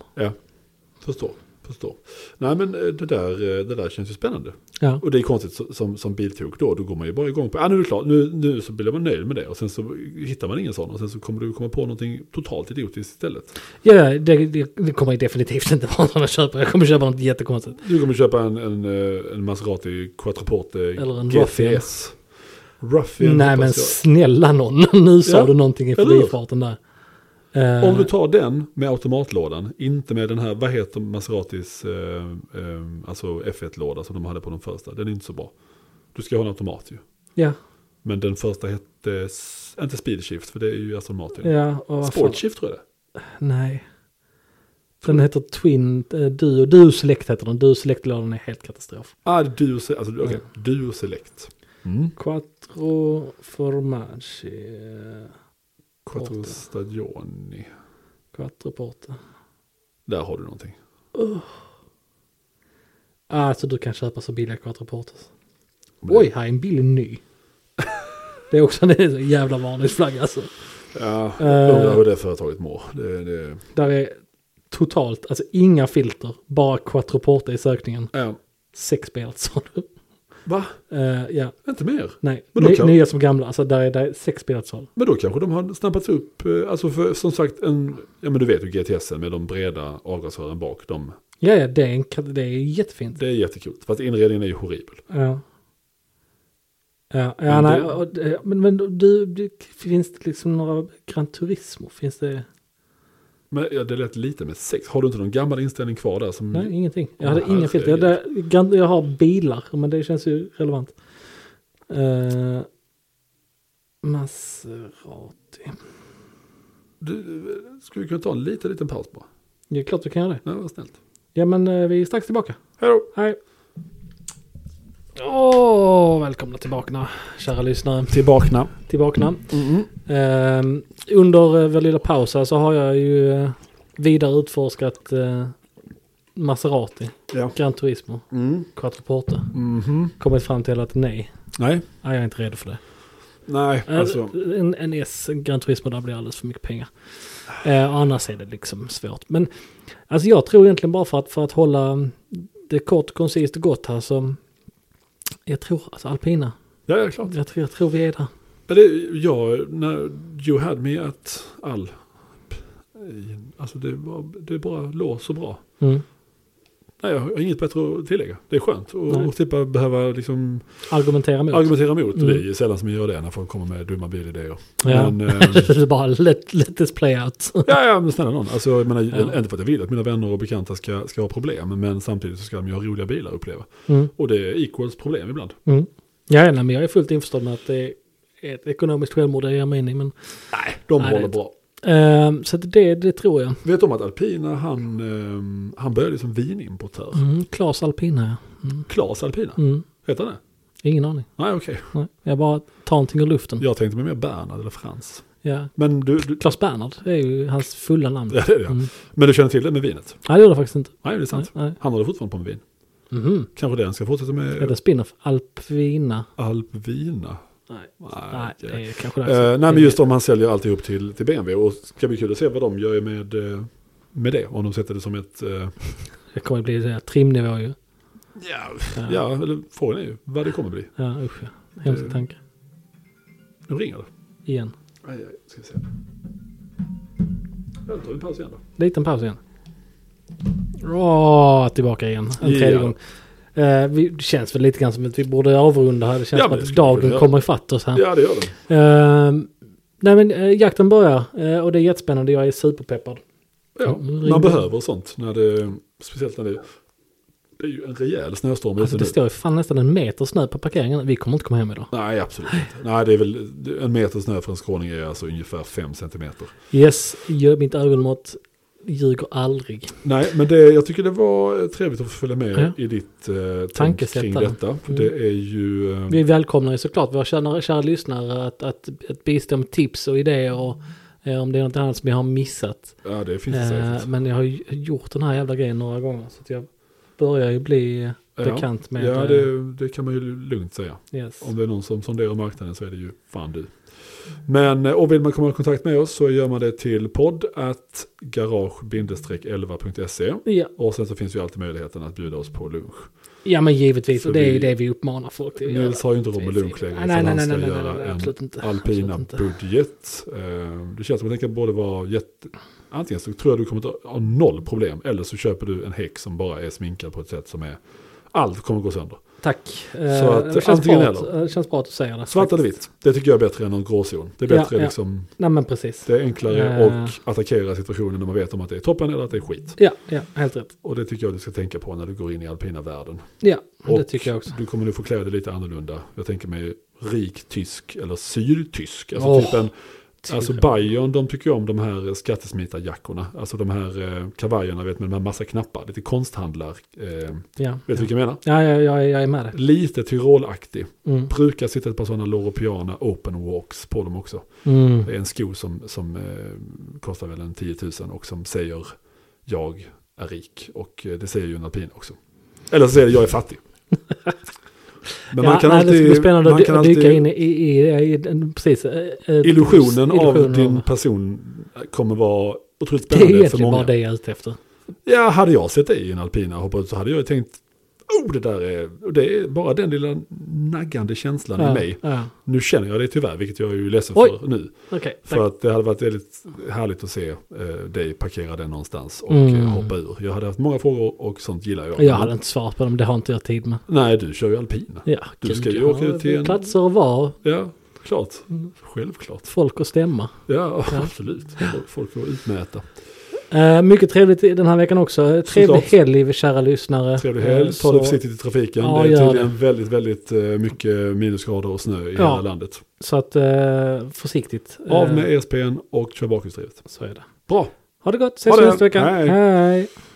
[SPEAKER 2] förstår. förstår. Nej men eh, det där, eh, det där känns ju spännande.
[SPEAKER 1] Ja.
[SPEAKER 2] Och det är konstigt så- som, som biltok då, då går man ju bara igång på, ah, nu är det klart, nu, nu så blir man nöjd med det och sen så hittar man ingen sån och sen så kommer du komma på någonting totalt idiotiskt istället.
[SPEAKER 1] Ja, ja, det, det, det kommer jag definitivt inte vara när jag köper. Jag kommer köpa något jättekonstigt.
[SPEAKER 2] Du kommer köpa en, en, eh, en Maserati eh, Quattroporte
[SPEAKER 1] Eller en
[SPEAKER 2] GTS. Ruffian.
[SPEAKER 1] Nej
[SPEAKER 2] hoppas
[SPEAKER 1] men
[SPEAKER 2] jag.
[SPEAKER 1] snälla någon, nu sa
[SPEAKER 2] Ja,
[SPEAKER 1] du någonting i
[SPEAKER 2] eller hur?
[SPEAKER 1] förbifarten där. Eh,
[SPEAKER 2] Om du tar den med automatlådan, inte med den här, vad heter Maseratis eh, eh, alltså F1-låda som de hade på den första, den är inte så bra. Du ska ha en automat ju.
[SPEAKER 1] Ja,
[SPEAKER 2] Men den första hette, s- inte speedshift för det är ju automat. i den.
[SPEAKER 1] ja. Och vad fan-
[SPEAKER 2] Sportshift tror jag det är.
[SPEAKER 1] Nej. Den heter Twin, eh, Duo, Duo Select heter den. Duo Select-lådan är helt katastrof.
[SPEAKER 2] Ah, duo, se- alltså, okej, duo select. Mm.
[SPEAKER 1] Quattro Formaggi, eh,
[SPEAKER 2] Quattro
[SPEAKER 1] Porte.
[SPEAKER 2] stagioni.
[SPEAKER 1] Quattro Porta.
[SPEAKER 2] Där har du någonting.
[SPEAKER 1] Ah, Alltså du kan köpa så billiga Quattro Portas.
[SPEAKER 2] Men-
[SPEAKER 1] Oj, här är en billig ny. det är också en jävla varningsflagg alltså.
[SPEAKER 2] Ja,
[SPEAKER 1] Eh.
[SPEAKER 2] undrar hur det företaget mår. Det, det,
[SPEAKER 1] Där är totalt, alltså inga filter, bara Quattro Porta i sökningen.
[SPEAKER 2] ja.
[SPEAKER 1] Sex bilar sa du.
[SPEAKER 2] Va?
[SPEAKER 1] Eh, ja,
[SPEAKER 2] Inte mer?
[SPEAKER 1] nej.
[SPEAKER 2] Men då
[SPEAKER 1] Ny,
[SPEAKER 2] kan-
[SPEAKER 1] Nya som gamla, alltså där är, där är sex bilar till salu.
[SPEAKER 2] Men då kanske de har snappats upp, eh, alltså för som sagt en, ja men du vet ju GTSen med de breda avgasrören bak, de,
[SPEAKER 1] Ja, ja, det är, en, kat- det är jättefint.
[SPEAKER 2] det är jättekul. Fast inredningen är ju horribel.
[SPEAKER 1] Ja. Ja, ja
[SPEAKER 2] Men
[SPEAKER 1] nej,
[SPEAKER 2] det-
[SPEAKER 1] och det- men, men du, du, finns det liksom några Gran Turismo? Finns det?
[SPEAKER 2] Men ja, det lät lite med sex. Har du inte någon gammal inställning kvar där som,
[SPEAKER 1] Nej, ingenting. Jag
[SPEAKER 2] Åh,
[SPEAKER 1] hade inga
[SPEAKER 2] herregud.
[SPEAKER 1] filter. Jag, det, Gran- jag har bilar, men det känns ju relevant. Uh, Maserati.
[SPEAKER 2] du, eh, skulle vi kunna ta en liten, liten paus bara?
[SPEAKER 1] Det är klart vi kan göra det.
[SPEAKER 2] Ja, vad snällt.
[SPEAKER 1] Ja, men eh, vi är strax tillbaka.
[SPEAKER 2] Hej då!
[SPEAKER 1] Hej! Åh, välkomna tillbaka, kära lyssnare.
[SPEAKER 2] Tillbaka.
[SPEAKER 1] Tillbaka. Ehm, under eh, vår lilla paus här så har jag ju eh, vidare utforskat eh, Maserati,
[SPEAKER 2] Ja.
[SPEAKER 1] Gran Turismo,
[SPEAKER 2] Mm.
[SPEAKER 1] Quattroporte.
[SPEAKER 2] Mhm.
[SPEAKER 1] Kommit fram till att nej,
[SPEAKER 2] Nej,
[SPEAKER 1] nej, jag är inte redo för det.
[SPEAKER 2] nej,
[SPEAKER 1] Eh,
[SPEAKER 2] alltså.
[SPEAKER 1] En, en S, en Gran Turismo, där blir alldeles för mycket pengar. Eh, och annars är det liksom svårt. Men alltså jag tror egentligen bara för att, för att hålla det kort, koncist och gott här så jag tror, alltså alpina,
[SPEAKER 2] Ja, ja, klart.
[SPEAKER 1] jag tror, jag tror vi är där.
[SPEAKER 2] Ja, det, ja, när you had me at all. Alltså det, var, det bara låg så bra.
[SPEAKER 1] Mm.
[SPEAKER 2] Nej, jag har inget bättre att tillägga. Det är skönt att
[SPEAKER 1] Nej.
[SPEAKER 2] att slippa behöva liksom
[SPEAKER 1] Argumentera mot.
[SPEAKER 2] argumentera emot.
[SPEAKER 1] Mm.
[SPEAKER 2] Det är ju sällan som jag gör det när folk kommer med dumma bilidéer.
[SPEAKER 1] Ja.
[SPEAKER 2] Men, eh,
[SPEAKER 1] Det är bara let, let this play out.
[SPEAKER 2] ja, ja, men snälla någon. Alltså, jag menar,
[SPEAKER 1] Ja.
[SPEAKER 2] Inte för att jag vill att mina vänner och bekanta ska, ska ha problem, men samtidigt så ska de ju ha roliga bilar att uppleva.
[SPEAKER 1] Mm.
[SPEAKER 2] Och det är equals problem ibland.
[SPEAKER 1] Mm. Ja, ja, nej, men jag är fullt införstådd med att det är ett ekonomiskt självmord jag ger mig in i. Men,
[SPEAKER 2] De
[SPEAKER 1] Nej, det
[SPEAKER 2] håller
[SPEAKER 1] är-
[SPEAKER 2] bra.
[SPEAKER 1] Ehm, så att det, det tror jag.
[SPEAKER 2] Vet om att Alpina, han, ehm, han började som vinimportör.
[SPEAKER 1] Mm, Klas Alpina, ja. Mm.
[SPEAKER 2] Klas Alpina,
[SPEAKER 1] Mm.
[SPEAKER 2] heter han det?
[SPEAKER 1] Ingen aning.
[SPEAKER 2] Nej, okej.
[SPEAKER 1] Nej. Jag bara tar någonting ur luften.
[SPEAKER 2] Jag tänkte mig mer Bernhard eller Frans.
[SPEAKER 1] Ja.
[SPEAKER 2] Men du, du,
[SPEAKER 1] Klas Bernhard det är ju hans fulla namn.
[SPEAKER 2] ja, det är det. ja.
[SPEAKER 1] Mm.
[SPEAKER 2] Men du känner till det med vinet?
[SPEAKER 1] Nej, det gjorde jag faktiskt inte.
[SPEAKER 2] Nej, det är sant.
[SPEAKER 1] Nej, nej.
[SPEAKER 2] Han håller fortfarande på med vin.
[SPEAKER 1] Mhm.
[SPEAKER 2] Kanske det han ska fortsätta med
[SPEAKER 1] Är det spin-off? Alpvina?
[SPEAKER 2] Alpvina.
[SPEAKER 1] Nej. Nej,
[SPEAKER 2] Nej,
[SPEAKER 1] det
[SPEAKER 2] nej.
[SPEAKER 1] är kanske dags.
[SPEAKER 2] Eh, nej, men just om han säljer alltihop till, till BMW. Och ska bli kul att se vad de gör med, eh, med det. Om de sätter det som ett... eh,
[SPEAKER 1] Det kommer bli det här trimnivå ju.
[SPEAKER 2] ja, ja, Eh. eller frågan är ju vad det kommer bli.
[SPEAKER 1] Ja, usch ja. Hemska
[SPEAKER 2] Det-
[SPEAKER 1] tanke.
[SPEAKER 2] Nu ringer det.
[SPEAKER 1] Igen.
[SPEAKER 2] Aj, aj, ska vi se. Ja, då tar vi en paus igen då.
[SPEAKER 1] Liten paus igen. Åh, tillbaka igen. En
[SPEAKER 2] Ja.
[SPEAKER 1] tredje gång. Eh, vi, det känns väl lite grann som att vi borde avrunda här. Det känns
[SPEAKER 2] Ja,
[SPEAKER 1] som
[SPEAKER 2] men det
[SPEAKER 1] att
[SPEAKER 2] skulle vi kunna
[SPEAKER 1] dagen
[SPEAKER 2] göra.
[SPEAKER 1] kommer ifatt oss här.
[SPEAKER 2] Ja, det gör den.
[SPEAKER 1] Eh, nej men eh, jakten börjar eh, och det är jättespännande. Jag är superpeppad.
[SPEAKER 2] Ja,
[SPEAKER 1] Mm,
[SPEAKER 2] man
[SPEAKER 1] ring-
[SPEAKER 2] behöver sånt. När det, speciellt när det, det är ju en rejäl snöstorm
[SPEAKER 1] Alltså
[SPEAKER 2] ute
[SPEAKER 1] det
[SPEAKER 2] nu.
[SPEAKER 1] står ju fan nästan en meter snö på parkeringen. Vi kommer inte komma hem idag.
[SPEAKER 2] Nej, absolut inte. Nej, det är väl det- en meter snö för en skåning är alltså ungefär fem centimeter.
[SPEAKER 1] Yes, gör mitt ögonmått ljuger aldrig.
[SPEAKER 2] Nej, men det, jag tycker det var eh, trevligt att få följa med
[SPEAKER 1] Ja.
[SPEAKER 2] i ditt eh, tänk
[SPEAKER 1] Tankesätt
[SPEAKER 2] kring
[SPEAKER 1] där.
[SPEAKER 2] detta. För Det är ju... Eh,
[SPEAKER 1] Vi välkomnar ju såklart våra kära, kära lyssnare att, att, att bistå med tips och idéer och eh, om det är något annat som jag har missat.
[SPEAKER 2] ja, det finns det
[SPEAKER 1] Eh,
[SPEAKER 2] säkert.
[SPEAKER 1] men jag har ju gjort den här jävla grejen några gånger så att jag börjar ju bli... bekant med.
[SPEAKER 2] Ja,
[SPEAKER 1] eh,
[SPEAKER 2] det, det kan man ju lugnt säga.
[SPEAKER 1] yes.
[SPEAKER 2] Om det är någon som sonderar marknaden så är det ju fan du. Men eh, och vill man komma i kontakt med oss så gör man det till podd at garage-11.se.
[SPEAKER 1] ja.
[SPEAKER 2] Och sen så finns ju alltid möjligheten att bjuda oss på lunch.
[SPEAKER 1] ja, men givetvis. Och
[SPEAKER 2] För
[SPEAKER 1] det är ju
[SPEAKER 2] vi-
[SPEAKER 1] det vi uppmanar folk till att göra.
[SPEAKER 2] Nils har ju inte råd med
[SPEAKER 1] Precis.
[SPEAKER 2] lunch längre.
[SPEAKER 1] Nej,
[SPEAKER 2] utan
[SPEAKER 1] nej,
[SPEAKER 2] han
[SPEAKER 1] nej,
[SPEAKER 2] ska
[SPEAKER 1] nej, nej, nej,
[SPEAKER 2] göra
[SPEAKER 1] nej,
[SPEAKER 2] en
[SPEAKER 1] absolut inte.
[SPEAKER 2] alpina
[SPEAKER 1] Absolut inte.
[SPEAKER 2] budget. Eh, Det känns som att den kan både vara jätte... Antingen så tror jag du kommer att ha noll problem. Eller så köper du en häck som bara är sminkad på ett sätt som är... Allt kommer gå sönder.
[SPEAKER 1] Tack. Så
[SPEAKER 2] att,
[SPEAKER 1] det, känns
[SPEAKER 2] antingen
[SPEAKER 1] bra
[SPEAKER 2] eller.
[SPEAKER 1] att, eh, det känns bra att du säger det.
[SPEAKER 2] Svart eller
[SPEAKER 1] faktiskt.
[SPEAKER 2] vitt, det tycker jag är bättre än en gråzon. Det är
[SPEAKER 1] Ja,
[SPEAKER 2] bättre
[SPEAKER 1] ja.
[SPEAKER 2] liksom...
[SPEAKER 1] Nej, men precis.
[SPEAKER 2] Det är enklare
[SPEAKER 1] Eh.
[SPEAKER 2] att attackera situationen när man vet om att det är toppen eller att det är skit.
[SPEAKER 1] Ja, ja, helt rätt.
[SPEAKER 2] Och det tycker jag du ska tänka på när du går in i alpina världen.
[SPEAKER 1] Ja, det
[SPEAKER 2] Och
[SPEAKER 1] tycker jag också.
[SPEAKER 2] Du kommer nu få klä dig lite annorlunda. Jag tänker mig rik tysk eller syltysk. Alltså
[SPEAKER 1] Åh,
[SPEAKER 2] typ en,
[SPEAKER 1] typ.
[SPEAKER 2] alltså Bayern de tycker ju om de här skattesmitarjackorna. Alltså de här eh, kavajerna vet, med de här massa knappar. Lite konsthandlar. Eh, vet
[SPEAKER 1] Ja,
[SPEAKER 2] du
[SPEAKER 1] ja.
[SPEAKER 2] vilka jag menar?
[SPEAKER 1] ja jag, jag, jag är med dig.
[SPEAKER 2] Lite Tyrolaktig.
[SPEAKER 1] Mm.
[SPEAKER 2] Brukar sitta ett par sådana Loro Piana open walks på dem också.
[SPEAKER 1] Mm.
[SPEAKER 2] Det är en sko som, som eh, kostar väl en 10 000 och som säger jag är rik. Och eh, det säger ju en alpin också. Eller så säger det jag är fattig. Men
[SPEAKER 1] Ja,
[SPEAKER 2] man kan
[SPEAKER 1] nej, det ska bli
[SPEAKER 2] alltid,
[SPEAKER 1] spännande
[SPEAKER 2] man
[SPEAKER 1] att
[SPEAKER 2] kan
[SPEAKER 1] dy- dyka
[SPEAKER 2] alltid
[SPEAKER 1] in i, i, i, i den, precis, eh, eh,
[SPEAKER 2] illusionen av
[SPEAKER 1] illusionen
[SPEAKER 2] din person kommer vara otroligt
[SPEAKER 1] Det är
[SPEAKER 2] spännande för
[SPEAKER 1] egentligen bara
[SPEAKER 2] många.
[SPEAKER 1] det jag är ute efter.
[SPEAKER 2] Ja, hade jag sett dig i en alpina och hoppat ut så hade jag ju tänkt oh det där är, och det är bara den lilla naggande känslan i
[SPEAKER 1] Ja,
[SPEAKER 2] mig.
[SPEAKER 1] ja.
[SPEAKER 2] Nu känner jag det tyvärr, vilket jag är ju ledsen
[SPEAKER 1] Oj.
[SPEAKER 2] för nu.
[SPEAKER 1] Okej,
[SPEAKER 2] För att det hade varit väldigt härligt att se eh, dig parkera den någonstans och
[SPEAKER 1] Mm.
[SPEAKER 2] eh, hoppa ur. Jag hade haft många frågor och sånt gillar jag.
[SPEAKER 1] tack. Jag hade inte svarat på dem, det har inte jag tid med.
[SPEAKER 2] Nej, du kör ju alpin.
[SPEAKER 1] Ja,
[SPEAKER 2] Du
[SPEAKER 1] gud,
[SPEAKER 2] ska ju
[SPEAKER 1] jag
[SPEAKER 2] åka
[SPEAKER 1] har
[SPEAKER 2] ut till en-
[SPEAKER 1] Platser att vara,
[SPEAKER 2] Ja, klart.
[SPEAKER 1] Mm.
[SPEAKER 2] Självklart.
[SPEAKER 1] folk att stämma.
[SPEAKER 2] Ja,
[SPEAKER 1] Ja.
[SPEAKER 2] absolut. Folk att utmäta.
[SPEAKER 1] Eh, mycket trevligt i den här veckan också. Eh, Trevlig
[SPEAKER 2] Såklart.
[SPEAKER 1] helg, kära lyssnare.
[SPEAKER 2] Trevlig
[SPEAKER 1] Eh,
[SPEAKER 2] helg. Ta
[SPEAKER 1] så-
[SPEAKER 2] det försiktigt i trafiken.
[SPEAKER 1] Ja,
[SPEAKER 2] det är
[SPEAKER 1] gör
[SPEAKER 2] tydligen väldigt, väldigt eh, mycket minusgrader och snö i
[SPEAKER 1] Ja.
[SPEAKER 2] hela landet. E
[SPEAKER 1] Så att eh, försiktigt. Eh,
[SPEAKER 2] Av med ESPn och kör bakhjulsdrivet.
[SPEAKER 1] Så är det.
[SPEAKER 2] Bra.
[SPEAKER 1] Ha det gott, ses
[SPEAKER 2] Ha det.
[SPEAKER 1] nästa vecka.
[SPEAKER 2] Hej.
[SPEAKER 1] Hej.